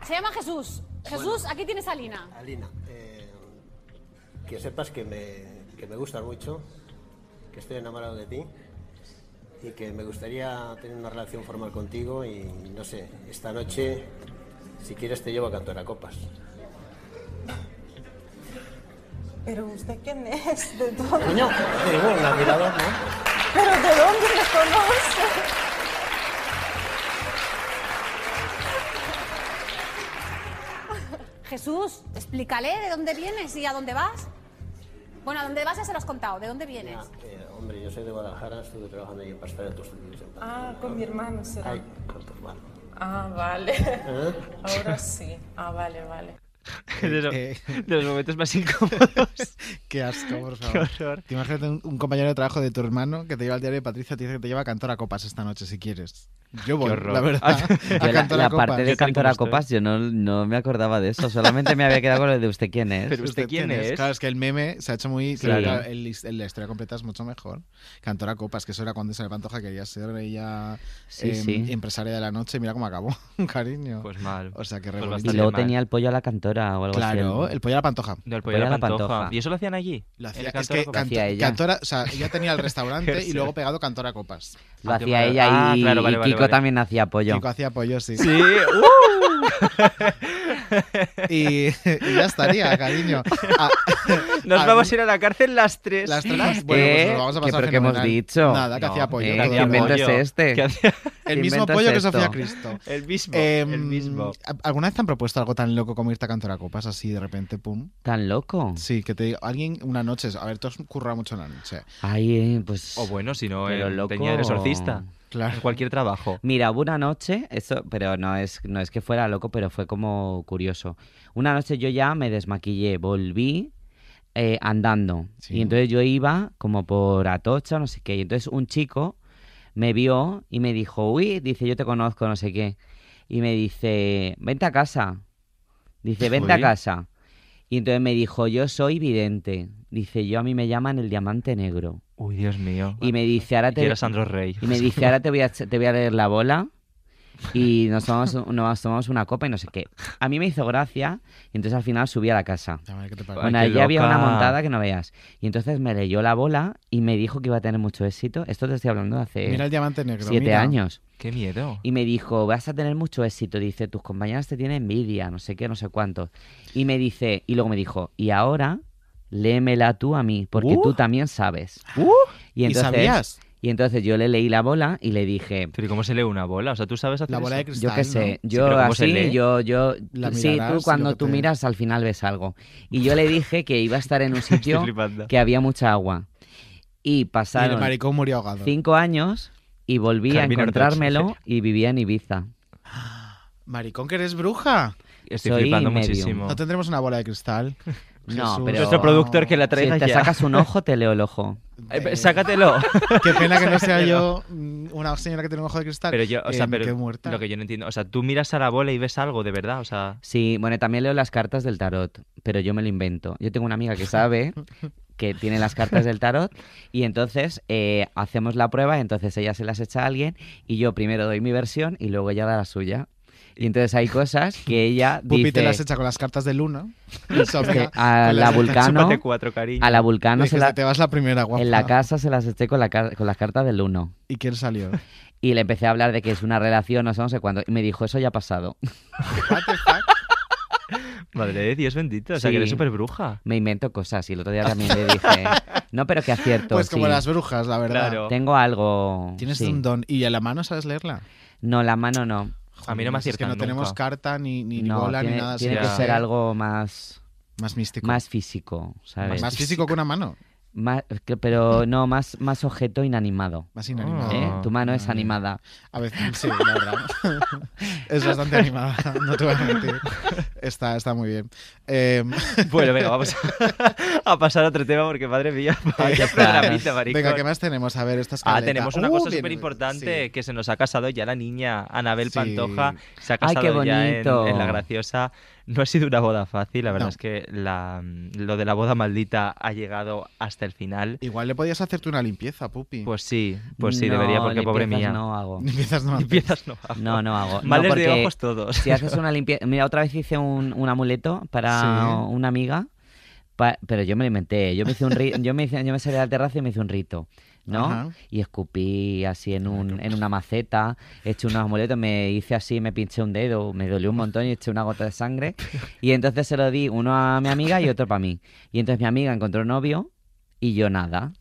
Se llama Jesús. Jesús, aquí tienes a Lina.
Alina, eh, que sepas que me, que me gustas mucho, que estoy enamorado de ti y que me gustaría tener una relación formal contigo y no sé, esta noche, si quieres te llevo a cantar a copas.
Pero usted quién es, de dónde.
Coño, te digo, la mirada, ¿no?
Pero de dónde me conoce.
Jesús, explícale de dónde vienes y a dónde vas. Bueno, a dónde vas ya se lo has contado. ¿De dónde vienes?
Eh, hombre, yo soy de Guadalajara, estuve trabajando allí en Pastoral de tus estudios. en
Ah,
Pamplona.
con mi hermano será.
Ay, con tu hermano.
Ah, vale.
¿Eh?
Ahora sí. Ah, vale, vale.
De los, de los momentos más incómodos.
Eh, Qué asco, por
Qué
favor.
horror.
Te imagínate un, un compañero de trabajo de tu hermano que te lleva al diario de Patricia, te dice que te lleva a cantar a copas esta noche si quieres. Yo voy,
horror.
la verdad.
Yo
A
la,
cantar
la
a copas.
parte de cantor a copas, yo no, no me acordaba de eso. Solamente me había quedado con lo de usted quién
¿eh?
es.
Pero usted quién es.
Claro, es que el meme se ha hecho muy.
Sí.
claro, claro, el- el- la historia completa es mucho mejor. Cantora Copas, que eso era cuando se le Pantoja quería ser ella
Sí,
em,
sí.
empresaria de la noche. y Mira cómo acabó, cariño.
Pues mal.
O sea, que
Pues
Y
revolución.
luego
mal.
tenía el pollo a la cantora o algo así.
Claro, el pollo a la Pantoja.
No, el pollo a la pantoja. ¿Y eso lo hacían allí?
Lo
¿En el
hacía, es
Cantora
que
Copas?
canto-
Hacía ella.
Cantora, o sea, ella tenía el restaurante y
Eso.
luego pegado Cantora Copas.
Lo
Ah, qué
hacía
mal-
ella
Ah,
y,
claro, vale,
y
vale,
Kiko
vale.
también hacía pollo.
Kiko hacía pollo, sí.
Sí, ¡uh!
Y, y ya estaría, cariño. A-
Nos
a-
vamos a ir a la cárcel las tres.
Las tres, bueno, pues nos
Eh,
lo vamos a
que
pasar
pero que hemos
fenomenal.
dicho.
Nada, que
No,
hacía pollo.
eh,
todo
¿qué
el mundo.
invento es este?
¿Qué hacía?
El
¿Qué
mismo
invento es
pollo que
esto?
Sofía Cristo.
El mismo,
Em,
el mismo.
¿al- ¿Alguna vez te han propuesto algo tan loco como irte a cantar a copas así de repente, pum?
¿Tan loco?
Sí, que te diga alguien una noche, a ver, tú has currado mucho una noche.
Ay, eh, pues...
O bueno, si no,
Pero
en
loco.
Peña del Exorcista. En
Claro.
cualquier trabajo.
Mira, hubo una noche, eso, pero no es, no es que fuera loco, pero fue como curioso. Una noche yo ya me desmaquillé, volví eh, andando.
Sí.
Y entonces yo iba como por Atocha, no sé qué. Y entonces un chico me vio y me dijo, uy, dice, yo te conozco, no sé qué. Y me dice, vente a casa. Dice, vente a
Uy.
casa. Y entonces me dijo, yo soy vidente. Dice, yo a mí me llaman el diamante negro.
Uy, Dios mío.
Y me dice, ahora te...
Y era Sandro Rey.
Y me dice, ahora te voy a, ech- te voy a leer la bola y nos tomamos, un- nos tomamos una copa y no sé qué. A mí me hizo gracia y entonces al final subí a la casa.
A ver, ¿qué te parece?
Bueno,
Ay, qué
allí había
loca.
una montada que no veas. Y entonces me leyó la bola y me dijo que iba a tener mucho éxito. Esto te estoy hablando de hace
Mira el diamante negro,
Eh, siete
mira.
años.
Qué miedo.
Y me dijo, vas a tener mucho éxito. Dice, tus compañeras te tienen envidia, no sé qué, no sé cuánto. Y me dice, y luego me dijo, y ahora léemela tú a mí, porque
Uh.
tú también sabes.
¿Y sabías?
Y entonces yo le leí la bola y le dije...
¿Pero y cómo se lee una bola? O sea, ¿tú sabes hacer
La bola
eso?
de
Yo qué sé,
Sí,
yo
pero ¿cómo se
así,
lee?
yo, yo,
La
sí,
mirarás,
tú
lo
cuando
que
tú
te-
miras al final ves algo. Y yo le dije que iba a estar en un sitio
flipando.
que había mucha agua. Y pasaron
maricón murió ahogado.
cinco años y volví
Carmina
a
Ortiz, en
encontrármelo
serio.
y vivía en Ibiza.
Maricón, que eres bruja.
Estoy Soy flipando medium. muchísimo.
No tendremos una bola de cristal.
No,
Jesús.
pero... Si
traiga
te
ya.
sacas un ojo, te leo el ojo.
Eh, pe- sácatelo.
Qué pena que no sea
Sácatelo.
yo mm, una señora que tiene un ojo de cristal.
Pero yo, o sea,
Em,
pero
qué muerta.
lo que yo no entiendo, o sea, tú miras a la bola y ves algo de verdad, o sea,
Sí, bueno, también leo las cartas del tarot, pero yo me lo invento. Yo tengo una amiga que sabe que tiene las cartas del tarot y entonces eh, hacemos la prueba, entonces ella se las echa a alguien y yo primero doy mi versión y luego ella da la suya. Y entonces hay cosas que ella
Pupi
dice
te las echa con las cartas de luna.
que a la Vulcano a la Vulcano se la,
te vas la primera, guapa.
en la casa se las eché con, la car- con las cartas del 1
¿Y quién salió?
y le empecé a hablar de que es una relación no sé no sé cuándo y me dijo eso ya ha pasado
madre de Dios bendito, o sea,
Sí.
que eres súper bruja.
Me invento cosas y el otro día también le dije, no, pero que acierto.
Pues como
sí.
las brujas, la verdad. Claro.
Tengo algo.
Tienes
sí.
un don. ¿Y a la mano sabes leerla?
No, la mano no.
A mí no me
Es que
aciertan
no tenemos
nunca.
carta, ni, ni
No,
bola,
tiene,
ni nada.
Tiene
sino
que ser algo más.
Más místico.
Más físico, ¿sabes?
Más físico que una mano.
Más- que- pero no, más, más objeto inanimado.
Más inanimado.
¿Eh? Tu mano es
Vale.
animada.
A veces, sí, la verdad. es bastante animada, no te voy a mentir. Está, está muy bien. Eh,
Bueno, venga, vamos a, a pasar a otro tema porque madre mía, vaya programita, maricón.
Venga, ¿qué más tenemos? A ver, estas
Ah, tenemos
Uh,
una cosa súper importante que se nos ha casado ya la niña Anabel
Sí.
Pantoja. Se ha
Ay, qué
casado ya en,
bonito.
en La Graciosa. No ha sido una boda fácil, la verdad es que la- lo de la boda maldita ha llegado hasta el final.
Igual le podías hacerte una limpieza, Pupi.
Pues sí, pues sí,
No,
debería, porque pobre
limpiezas
mía.
No hago.
Limpiezas no haces.
Limpiezas no hago.
No, no hago. No,
Males de
porque
ojos todos.
Si haces una limpieza. Mira, otra vez hice un, un amuleto para
Sí.
una amiga, pa- pero yo me lo inventé. Yo me hice un ri- yo me hice- yo me salí a la terraza y me hice un rito. ¿no?
Ajá.
Y escupí así en, un, en una maceta, eché unos amuletos, me hice así, me pinché un dedo, me dolió un montón y eché una gota de sangre. Y entonces se lo di uno a mi amiga y otro para mí. Y entonces mi amiga encontró novio y yo nada.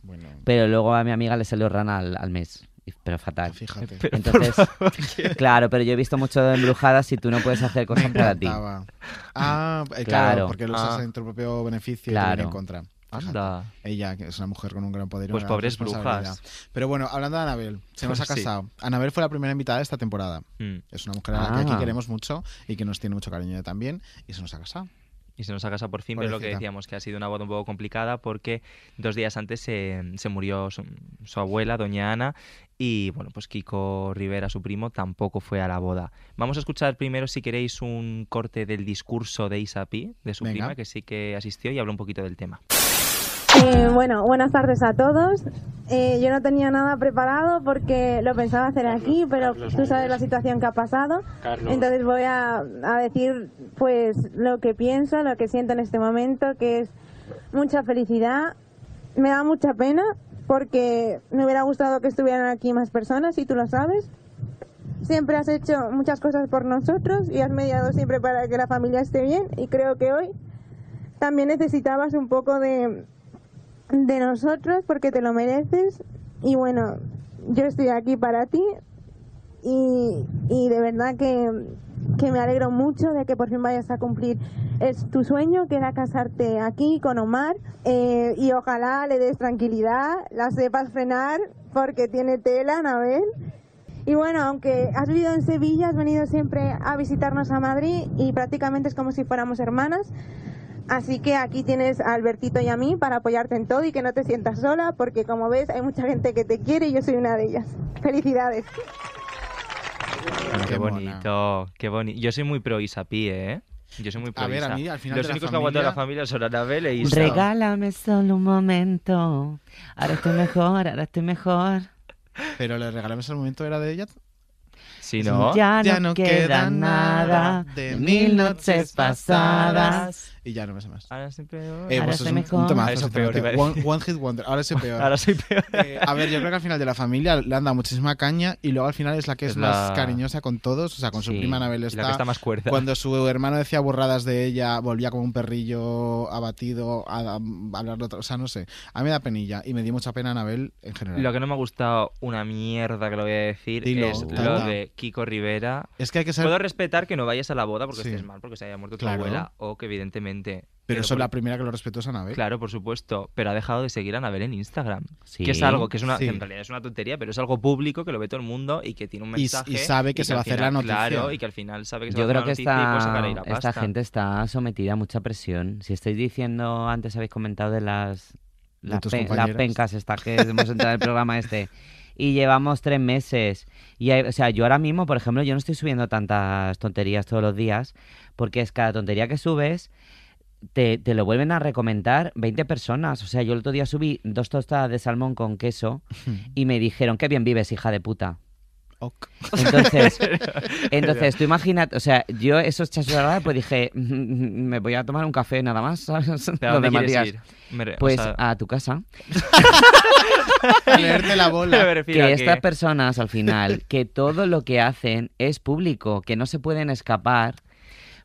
Pero luego a mi amiga le salió rana al, al mes. Y- Pero fatal.
Fíjate.
Pero, por
Entonces, claro, pero yo he visto mucho de embrujadas y tú no puedes hacer cosas para ti.
Estaba. Ah, eh, claro,
Claro.
porque lo
Ah.
usas en tu propio beneficio y te
Claro.
viene en contra. Fíjate.
Anda.
Ella, que es una mujer con un gran poder. y
Pues
una gran
pobres brujas.
responsabilidad. Pero bueno, hablando de Anabel, se nos ha
Sí.
casado. Anabel fue la primera invitada de esta temporada.
Mm.
Es una mujer a la que
Ah.
aquí queremos mucho y que nos tiene mucho cariño también. Y se nos ha casado.
Y se nos ha casado por fin, pero lo que
Pobrecita.
decíamos, que ha sido una boda un poco complicada porque dos días antes se, se murió su, su abuela, doña Ana, y bueno, pues Kiko Rivera, su primo, tampoco fue a la boda. Vamos a escuchar primero, si queréis, un corte del discurso de Isa Pi, de su
Venga.
prima, que sí que asistió y habló un poquito del tema.
Eh, bueno, buenas tardes a todos. Eh, yo no tenía nada preparado porque lo pensaba hacer aquí, pero tú sabes la situación que ha pasado.
Carlos.
Entonces voy a, a decir pues lo que pienso, lo que siento en este momento, que es mucha felicidad. Me da mucha pena porque me hubiera gustado que estuvieran aquí más personas, y tú lo sabes. Siempre has hecho muchas cosas por nosotros y has mediado siempre para que la familia esté bien y creo que hoy también necesitabas un poco de, de nosotros porque te lo mereces y bueno, yo estoy aquí para ti y, y de verdad que, que me alegro mucho de que por fin vayas a cumplir es tu sueño, que era casarte aquí con Omar eh, y ojalá le des tranquilidad, la sepas frenar porque tiene tela, Anabel. Y bueno, aunque has vivido en Sevilla, has venido siempre a visitarnos a Madrid y prácticamente es como si fuéramos hermanas. Así que aquí tienes a Albertito y a mí para apoyarte en todo y que no te sientas sola, porque como ves hay mucha gente que te quiere y yo soy una de ellas. Felicidades.
Qué, bonito, qué bonito. Yo soy muy pro Isa Pi, ¿eh? Yo soy muy pro
A ver, a
Isa.
mí, al final
Los
de la
únicos que aguantan la familia son Anabel e Isa.
Regálame solo un momento. Ahora estoy mejor, ahora estoy mejor.
Pero le regalamos el momento, ¿era de ella?
Si no,
Ya no queda nada de mil noches pasadas.
Y ya no me sé más.
Ahora siempre.
Eh, pues es un, un temazo,
Ahora soy peor,
sinceramente.
iba a
one,
decir.
one hit wonder. Ahora soy peor.
Ahora soy peor.
Eh, a ver, yo creo que al final de la familia le han dado muchísima caña y luego al final es la que es,
Es
más
la-
cariñosa con todos. O sea, con su
Sí,
prima Anabel
y la
está.
que está más cuerda.
Cuando su hermano decía borradas de ella, volvía como un perrillo abatido a, a hablar de otro. O sea, no sé. A mí me da penilla y me dio mucha pena Anabel en general.
Lo que no me ha gustado una mierda que lo voy a decir
Dilo,
es lo
tala.
de Kiko Rivera.
Es que hay que ser-
Puedo respetar que no vayas a la boda porque
Sí.
estés mal, porque se haya muerto tu
Claro.
abuela o que evidentemente.
Pero eso
por-
es la primera que lo respetó es Anabel.
Claro, por supuesto, pero ha dejado de seguir a Anabel en Instagram,
Sí.
que es algo que es una
Sí.
que en realidad es una tontería, pero es algo público que lo ve todo el mundo y que tiene un
Y- y
mensaje
sabe que se
al
va a hacer la
final-
noticia.
Claro, y que al final sabe que se
Yo
va a
creo
hacer
que
la noticia y por sacar
esta,
ahí la
esta
pasta.
gente está sometida a mucha presión. Si estáis diciendo, antes habéis comentado de las,
De
las
tus
pe- las
compañeras.
pencas estas que hemos entrado en el programa este. Y llevamos tres meses. Y hay- o sea, yo ahora mismo, por ejemplo, yo no estoy subiendo tantas tonterías todos los días, porque es cada tontería que subes, te, te lo vuelven a recomendar 20 personas. O sea, yo el otro día subí dos tostadas de salmón con queso
Hmm.
y me dijeron, qué bien vives, hija de puta. Entonces, entonces tú imagínate, o sea, yo esos chasuradas pues dije, "Mm, me voy a tomar un café nada más, ¿sabes? Lo
dónde
demás
quieres
días.
ir? Me re- o
Pues
sea-
a tu casa.
Leerte la bola. Me refiero a
Que estas
que-
personas al final, que todo lo que hacen es público, que no se pueden escapar,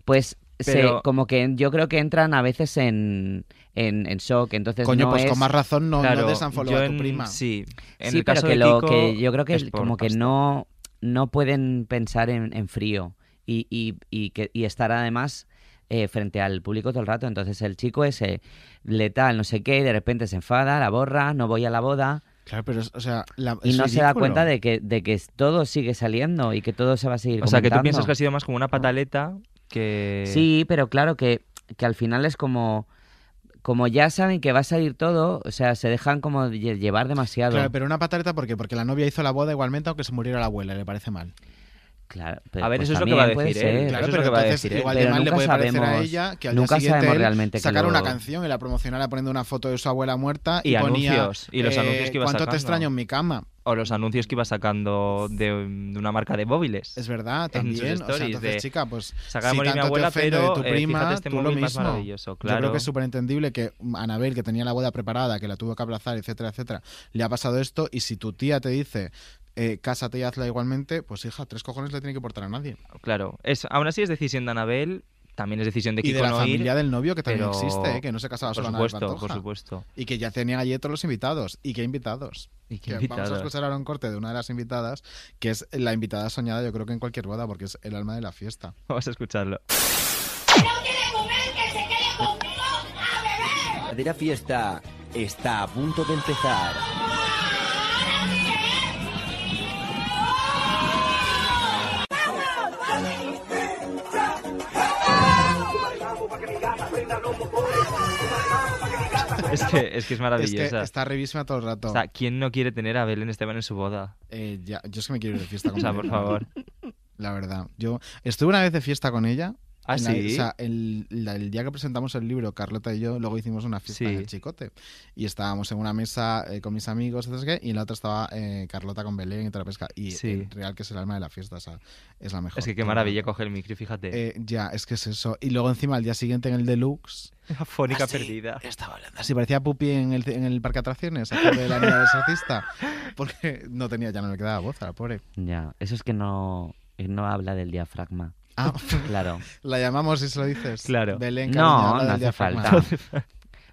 pues se-
Pero-
como que yo creo que entran a veces en, en, en shock. Entonces
Coño,
no
pues
es-
con más razón no, no desanfollow
yo
a tu
en-
prima.
sí, en
sí,
el
pero
caso
que,
de
lo,
Kiko
que yo creo que
es por
como que
pasta.
no, no pueden pensar en, en frío y, y- y que, y estar además eh, frente al público todo el rato. Entonces el chico ese letal, no sé qué, y de repente se enfada, la borra, no voy a la boda.
Claro, pero, es- o sea, la-
Y
es
no se da
ridículo.
cuenta de que, de que todo sigue saliendo y que todo se va a seguir
O sea, que tú
comentando.
piensas que ha sido más como una pataleta que
Sí, pero claro que, que al final es como... Como ya saben que va a salir todo, o sea, se dejan como lle- llevar demasiado.
Claro, pero una pataleta, ¿por qué? Porque la novia hizo la boda igualmente, aunque se muriera la abuela, le parece mal.
Claro, pues
A ver, eso es lo que va a
también
decir
puede
él,
ser.
Claro, eso es pero lo que va a
Entonces,
decir él.
igual de
Pero
mal le
nunca
puede parecer a
sabemos-
ella que al
nunca
día siguiente
sabemos
él
realmente que
sacara
lo-
una canción y la promocionara poniendo una foto de su abuela muerta y,
y,
ponía
anuncios y los
eh,
anuncios que iba
¿Cuánto
sacando.
te extraño en mi cama?
O los anuncios que iba sacando de, de una marca de móviles.
Es verdad,
En sus
también. O sea,
stories
entonces,
de,
chica, pues
saca a
si
morir
tanto
mi abuela,
te ofende
pero
de tu
eh,
prima,
fíjate este
tú lo
móvil
mismo.
más maravilloso,
Yo
claro.
creo que es súper entendible que mm, Anabel, que tenía la boda preparada, que la tuvo que aplazar, etcétera, etcétera, le ha pasado esto y si tu tía te dice... Eh, cásate y hazla igualmente, pues hija, tres cojones le tiene que portar a nadie.
Claro, es, aún así es decisión de Anabel, también es decisión de
y
Kiko
de la
no ir,
familia del novio que también
pero-
existe, ¿eh? que no se casaba
por
solo
supuesto,
Anabel Pantoja.
Por supuesto,
Y que ya tenía allí todos los invitados. ¿Y qué invitados?
¿Y qué
Que Vamos a
invitados?
escuchar ahora un corte de una de las invitadas, que es la invitada soñada, yo creo que en cualquier boda, porque es el alma de la fiesta.
Vamos a escucharlo.
La verdadera fiesta está a punto de empezar.
Es que es, que es maravillosa.
Es que está revísima todo el rato.
O sea, ¿quién no quiere tener a Belén Esteban en su boda?
Eh, ya- yo es que me quiero ir de fiesta con
O sea,
Belén.
por favor.
La verdad. Yo estuve una vez de fiesta con ella.
¿Ah,
En la-
sí?
o sea, el, la- el día que presentamos el libro, Carlota y yo, luego hicimos una fiesta en el Chicote. Y estábamos en una mesa eh, con mis amigos, etcétera, y en la otra estaba eh, Carlota con Belén y toda la pesca. Y
Sí.
el real que es el alma de la fiesta, o sea, es la mejor.
Es que qué
Todo el
maravilla
rato.
coge el micro, fíjate.
Eh, ya, es que es eso. Y luego encima, al día siguiente en el Deluxe, Ah,
La fónica perdida.
así parecía Pupi en el, en el parque de atracciones, aquel de la niña del exorcista. Porque no tenía, ya no le quedaba voz a la pobre.
Ya, eso es que no, eh, no habla del diafragma.
Ah.
claro.
La llamamos y se lo dices.
Claro.
Belén, cariño,
no,
habla
no
del
hace
diafragma.
falta.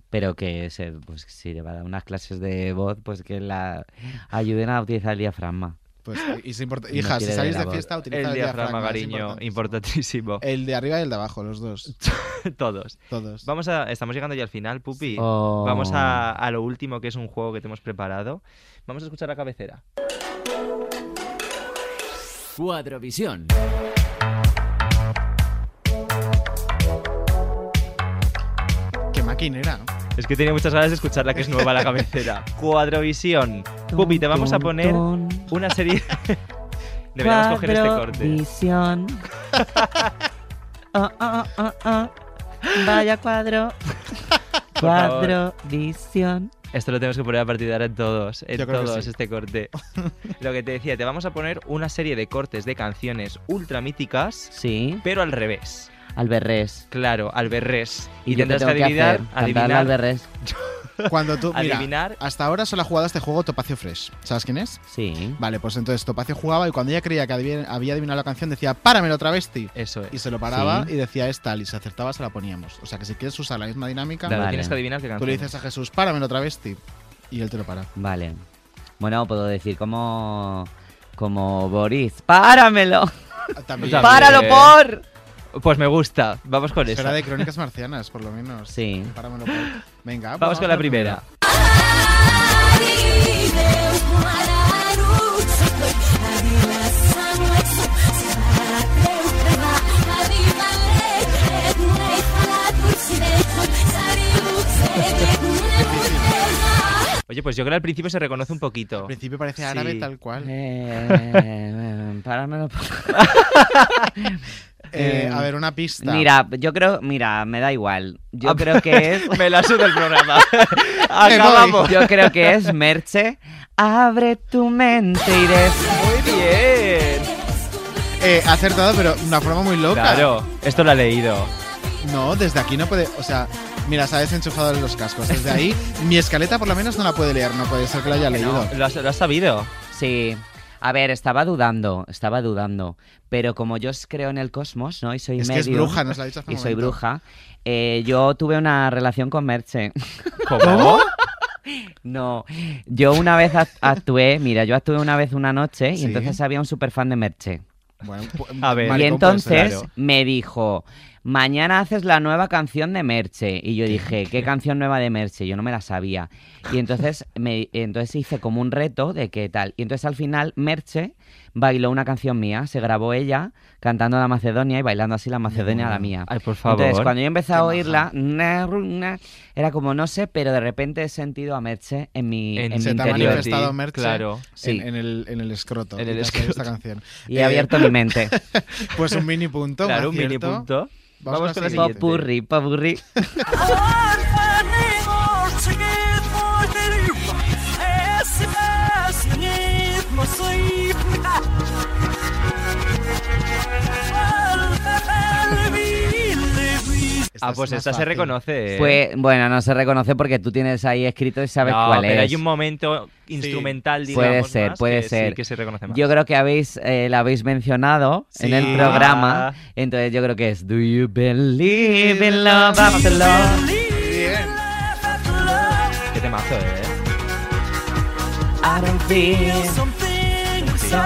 Pero que se, pues, si le va a dar unas clases de voz, pues que la ayuden a utilizar el diafragma.
Pues, y se importa-
No
hija, si
quiere
salís
la
de
voz.
fiesta, utiliza
el
el
diafragma,
diafragma, es
cariño, importantísimo.
El de arriba y el de abajo, los dos.
Todos.
Todos.
Vamos a, estamos llegando ya al final, Pupi.
Oh.
Vamos a, a lo último, que es un juego que te hemos preparado. Vamos a escuchar la cabecera.
Cuadrovisión.
Qué maquinera.
Es que tenía muchas ganas de escucharla, que es nueva la cabecera. Cuadrovisión. Pupi, te vamos a
Tun,
poner
tun,
una serie... Deberíamos coger este corte.
Cuadrovisión. Oh, oh, oh, oh. Vaya cuadro.
Por favor.
Cuadrovisión.
Esto lo tenemos que poner a partir de ahora en todos, en
Yo creo que
todos
sí.
este corte. lo que te decía, te vamos a poner una serie de cortes de canciones ultra míticas,
sí.
pero al revés.
Al berrés.
Claro, al berrés.
Y
Y,
yo qué
tendrás que
tengo que
adivinar,
hacer, cantarla
adivinar
al berrés.
Cuando tú, mira,
Adivinar.
hasta ahora solo ha jugado a este juego Topacio Fresh. ¿Sabes quién es?
Sí.
Vale, pues entonces Topacio jugaba y cuando ella creía que adivin- había adivinado la canción decía, páramelo travesti.
Eso es.
Y se lo paraba
Sí.
y decía, es tal, y si acertaba se la poníamos. O sea que si quieres usar la misma dinámica,
Claro, Vale. tienes que adivinar qué
Tú le
canción
dices a Jesús, páramelo travesti. Y él te lo para.
Vale. Bueno, puedo decir como. Como Boris. ¡Páramelo!
Ah, También.
¡Páralo por!
Eh, Pues me gusta, vamos con eso.
Será de crónicas marcianas, por lo menos.
Sí.
Páramelo por- Venga, pues
Vamos con la primera. Oye, pues yo creo que al principio se reconoce un poquito. Al
principio parece árabe tal cual.
Eh, páramelo por.
Eh, a ver, una pista.
Mira, yo creo. Mira, me da igual. Yo creo que es.
Ah, Me la suda el programa.
Me
Acabamos.
voy. Yo creo que es Merche. Abre tu mente y
Muy bien.
Eh, ha acertado, pero de una forma muy loca.
Claro, esto lo ha leído.
No, desde aquí no puede. O sea, mira, sabes enchufado en los cascos. Desde ahí, mi escaleta por lo menos no la puede leer. No puede ser que la haya leído.
¿Lo has, lo has sabido?
Sí. A ver, estaba dudando, estaba dudando. Pero como yo os creo en el cosmos, ¿no? Y soy
Es que
medio.
es bruja, nos lo ha dicho hace
Y
un
soy
momento.
bruja. eh, yo tuve una relación con Merche.
¿Cómo?
No, yo una vez act- actué, mira, yo actué una vez una noche y
Sí.
entonces había un superfan de Merche.
Bueno,
A ver.
y
maricón puede ser,
entonces
claro.
me dijo, mañana haces la nueva canción de Merche. Y yo dije, ¿qué canción nueva de Merche? Yo no me la sabía. Y entonces, me, entonces hice como un reto de qué tal. Y entonces al final Merche bailó una canción mía, se grabó ella cantando la Macedonia y bailando así la Macedonia a la mía.
Ay, por favor.
Entonces cuando yo empecé a
Qué
oírla, na, ru, na, era como no sé, pero de repente he sentido a Merche en mi, en, mi
se te ha
interior.
manifestado Merche en-
Sí.
en, el, en el escroto.
En el
Y te ha salido
escroto.
Esta canción.
Y he abierto
Eh,
mi mente.
Pues un mini punto.
Claro, un
un
mini
acierto.
punto. Vamos con la siguiente.
Popurri, popurri.
Ah, pues esta se reconoce. ¿eh?
Pues, bueno, no se reconoce porque tú tienes ahí escrito y sabes
No,
cuál
pero
es.
hay un momento instrumental, digamos.
Puede ser,
más,
puede
que sí,
ser.
que se reconoce más.
Yo creo que habéis, eh, la habéis mencionado en
Sí.
el
Ah.
programa. Entonces yo creo que es Do you believe in love after love?
Qué temazo, ¿eh?
I don't feel something so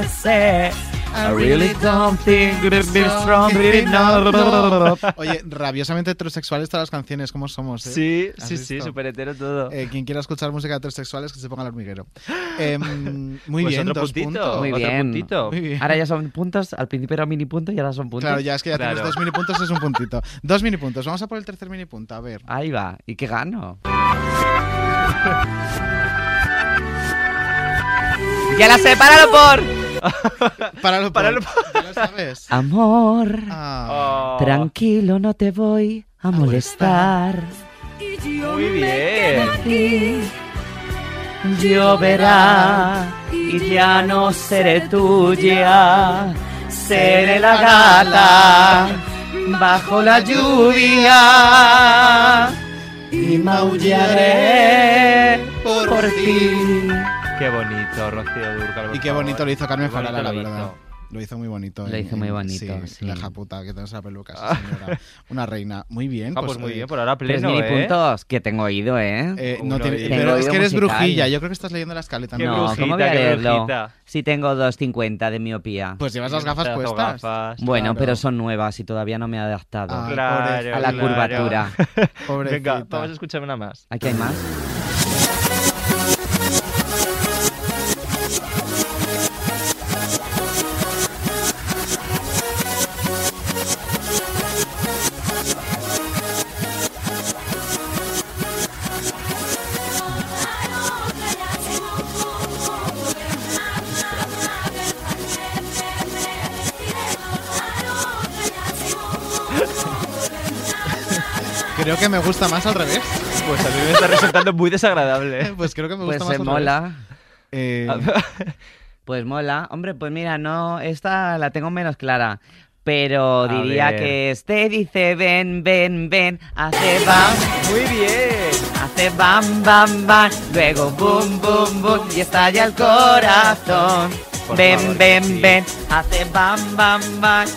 upset. I really don't think it'd be strong enough.
Oye, rabiosamente heterosexuales todas las canciones, ¿cómo somos? eh?
Sí,
¿Has
sí, sí,
visto?
súper hetero todo.
Eh, quien quiera escuchar música heterosexuales que se ponga el hormiguero. Em, muy
Pues
bien,
otro
dos
puntito,
puntos.
Muy
Otro
bien.
puntito.
Muy bien.
Ahora ya son puntos, al principio era mini punto y ahora son puntos.
Claro, ya es que ya tenemos dos mini puntos, es un puntito. Dos mini puntos. Vamos a por el tercer mini punto, a ver.
Ahí va, ¿y qué gano? ¡Ya la sé! ¡Páralo por!
¡Páralo
¡Páralo
sabes.
Amor,
Oh.
tranquilo, no te voy a molestar.
Muy bien.
Lloverá y ya no seré tuya. Seré la gata bajo la lluvia y maullaré por ti.
Qué bonito, Rocío Durcal.
Y qué bonito lo hizo Carmen
Qué bonito
Farala,
lo
la verdad.
hizo.
Lo hizo muy bonito.
Lo
en-
hizo muy
en-
bonito, sí.
La hija puta que tenés la peluca, sí, señora. Una reina. Muy bien.
Ah, pues muy
eh,
bien, por ahora
Tres
pleno,
mini
¿eh?
puntos que tengo oído, ¿eh?
eh, no
Uno
tiene-
ahí.
pero
Tengo
es que
oído
eres
musical.
brujilla. Yo creo que estás leyendo la escaleta.
no, ¿cómo voy a leerlo? Si tengo 2.50 de miopía.
Pues llevas las gafas
Pedazo
puestas.
gafas.
Bueno,
Claro.
pero son nuevas y todavía no me he adaptado
Ah,
Claro,
a la
claro.
curvatura.
Venga, vamos a escuchar una más.
¿Aquí hay más?
Creo que me gusta más al revés.
Pues a mí me está resultando muy desagradable.
Pues creo que me
Pues
gusta
se
más. otra
mola.
vez. Eh,
Ah, Pues mola. Hombre, pues mira, no, esta la tengo menos clara. Pero
A
diría
ver.
que este dice ven, ven, ven, hace bam. Muy bien. Hace bam, bam, bam, luego bum, bum, bum y estalla el corazón.
Por
ven,
favor,
ven,
que sí.
ven, hace bam, bam, bam.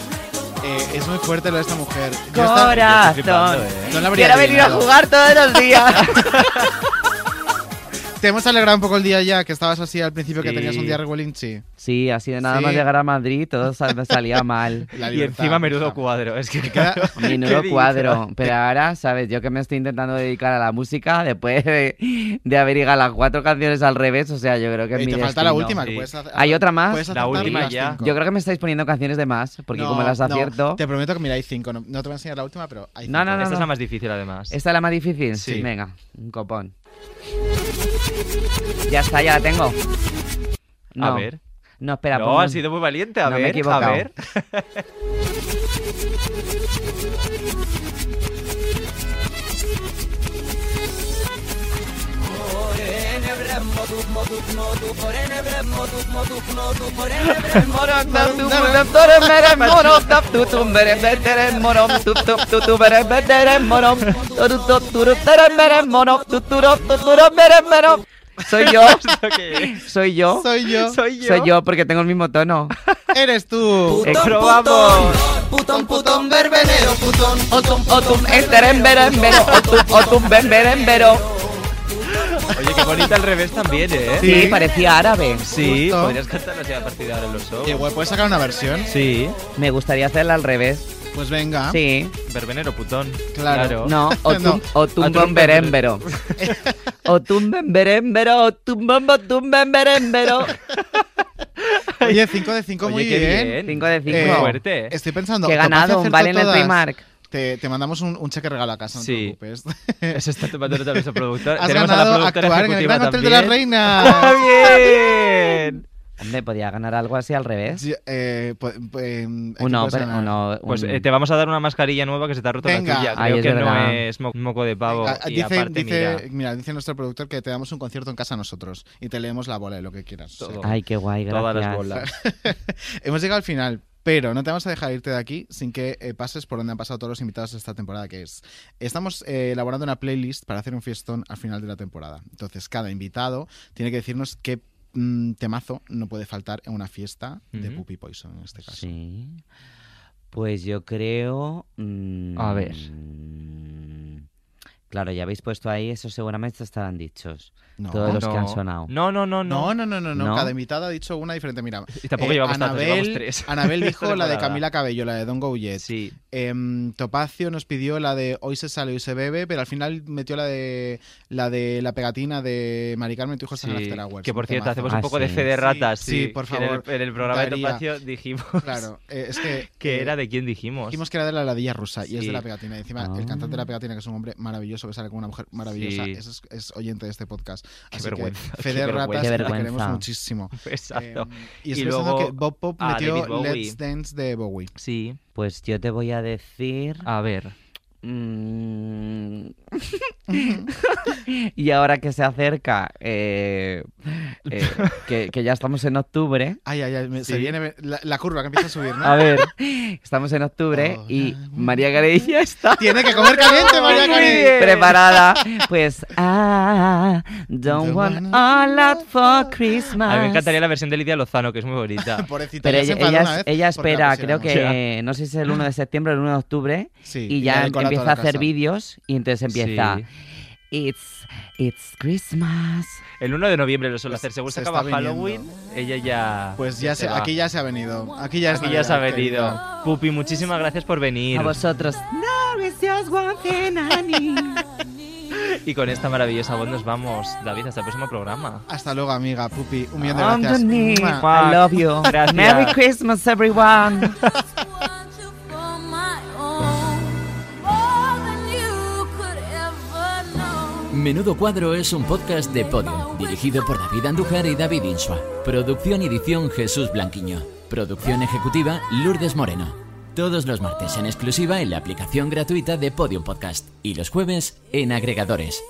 eh, es muy fuerte lo de esta mujer. Yo eh. esta-
Corazón.
¿eh?
No la habría
Quiero venir a
adivinado.
jugar todos los días.
Te hemos alegrado un poco el día ya, que estabas así al principio que
Sí.
tenías un día regolinchi.
sí, así de nada
Sí.
más llegar a Madrid todo sal- me salía mal.
La
Y encima menudo cuadro. Es que claro,
Menudo
¿qué
cuadro.
dices?
Pero ahora, ¿sabes? Yo que me estoy intentando dedicar a la música después de, de haber llegado a las cuatro canciones al revés. O sea, yo creo que es
Y
mi
te falta la
destino.
última, que Sí. puedes hacer-
¿Hay otra más?
puedes La acertar última las ya. cinco.
Yo creo que me estáis poniendo canciones de más, porque
No,
como las
no,
acierto.
te prometo que mira, hay cinco. No, no te voy a enseñar la última, pero hay
No,
cinco.
no, no.
Esta es
no.
la más difícil, además.
¿Esta es la más difícil?
Sí.
Venga, un copón. Ya está, ya la tengo. No.
A ver.
No, espera,
No,
pongo-
has sido muy valiente. A
No, me he
ver, a
equivocado.
ver.
Soy yo. Soy yo.
Soy yo.
Soy yo. porque tengo el mismo tono.
Eres tú.
Eh, probamos.
Putón, putón, verbenero, putón.
Otum, otum, este esteren, beren, bero. Otum, otum, ben, beren, bero.
Oye, qué bonita al revés también, ¿eh?
Sí, parecía árabe.
Sí, podrías cantarla así a partir de ahora en los shows.
Qué guay, ¿puedes sacar una versión?
Sí.
Me gustaría hacerla al revés.
Pues venga.
Sí.
Verbenero putón.
Claro.
No,
No.
otum, otum,
Otum,
bomberembero. Otum, bomberembero, otum, bombo, otum, bomberembero.
Oye, 5 de 5,
Oye,
muy
qué
bien. Eh,
bien. Cinco de cinco. Muy fuerte.
Estoy pensando.
Que he
capaz de
ganado,
hacer
vale en el
todas.
Primark.
Te, te mandamos un, un cheque regalo a casa, no
Sí.
te preocupes.
Eso está tomando nota nuestro productor.
Has
Pues Tenemos
ganado
a la productora
actuar en el
ejecutiva
Gran Hotel de
también.
las Reinas.
¡Ah, bien!
Hombre, podía ganar algo así al revés.
Sí, eh, pues, pues, ¿a qué
Uno,
puedes
pero-
ganar?
uno, un-
Pues eh, te vamos a dar una mascarilla nueva que se te ha roto
Venga.
la tuya. Creo
Ay, es
que no
verdad.
es mo- moco de pavo.
Ah,
y
dice,
aparte,
dice-
mira.
mira. dice nuestro productor que te damos un concierto en casa nosotros y te leemos la bola y lo que quieras. O sea,
Todo.
Ay, qué guay, gracias.
Todas las bolas.
Hemos llegado al final, pero no te vamos a dejar irte de aquí sin que eh, pases por donde han pasado todos los invitados esta temporada, que es... Estamos eh, elaborando una playlist para hacer un fiestón al final de la temporada. Entonces, cada invitado tiene que decirnos qué mm, temazo no puede faltar en una fiesta de
Ujú.
Puppy Poison, en este caso.
Sí. Pues yo creo.
A ver.
mm, Claro, ya habéis puesto ahí, eso seguramente estarán dichos.
No.
todos los que
No.
han sonado.
No, no, no,
No,
no.
no, no, no, no.
¿No?
Cada invitada ha dicho una diferente. Mira, eh,
Y tampoco llevamos tantos, llevamos tres.
Anabel dijo la de
Temporada.
Camila Cabello, la de Don Go Yet.
Sí.
Em, Topacio nos pidió la de Hoy se sale, hoy se bebe, pero al final metió la de la de la pegatina de Mari Carmen, tu hijo está en
Sí,
After Hours.
que por
un
cierto,
temazo.
hacemos
Ah,
un poco de
sí.
fe de ratas.
Sí,
Sí,
por
que en el-
favor,
En el, programa de
daría-
Topacio dijimos.
Claro, eh, es que.
que
eh,
era de quién dijimos.
Dijimos que era de la ladilla rusa y es de
Sí.
la pegatina. Y encima, el
Ah.
cantante de la pegatina, que es un hombre maravilloso, que sale con una mujer maravillosa,
Sí.
eso es, es oyente de este podcast.
Qué
Así
vergüenza,
que,
qué
Fede Ratas,
vergüenza.
te
Qué
queremos
vergüenza.
muchísimo.
Exacto.
Em, y estoy pensando que Bob Pop
a
metió
Ah, David Bowie.
Let's Dance de Bowie.
Sí.
Pues yo te voy a decir.
A ver.
Mm. y ahora que se acerca, eh, eh, que, que ya estamos en octubre.
Ay, ay, ay, me- se
Sí.
viene la, la curva que empieza a subir, ¿no?
A ver, estamos en octubre y María Carey ya está.
Tiene que comer caliente, María Carey.
Preparada. Pues, ah, don't
Don't
want a lot for Christmas.
A mí me encantaría la versión de Lidia Lozano, que es muy bonita.
Pobrecita,
Pero
ya se
ella,
enfadó
ella-
una vez
ella
porque la
espera, creo
pusieron.
que no sé si es el 1 de septiembre o el 1 de octubre,
Sí, y
y
la
ya
decora toda
empieza
la
a hacer
casa.
vídeos y entonces empieza.
Sí.
It's, it's Christmas.
El 1 de noviembre lo suele hacer. Según se
se
acaba
está viniendo.
Halloween, ella ya.
Pues ya se,
va.
aquí ya se ha venido. Aquí ya, es
Aquí ya se ha
Navidad,
venido.
querido.
Pupi, muchísimas gracias por venir.
A vosotros. No, it's just one thing I need.
Y con esta maravillosa voz nos vamos. David, hasta el próximo programa.
Hasta luego, amiga, Pupi. Un millón de gracias.
Underneath,
Mua.
I love you.
Gracias.
Merry Christmas, everyone.
Menudo Cuadro es un podcast de Podium, dirigido por David Andújar y David Insua. Producción y edición Jesús Blanquiño. Producción ejecutiva Lourdes Moreno. Todos los martes en exclusiva en la aplicación gratuita de Podium Podcast y los jueves en agregadores.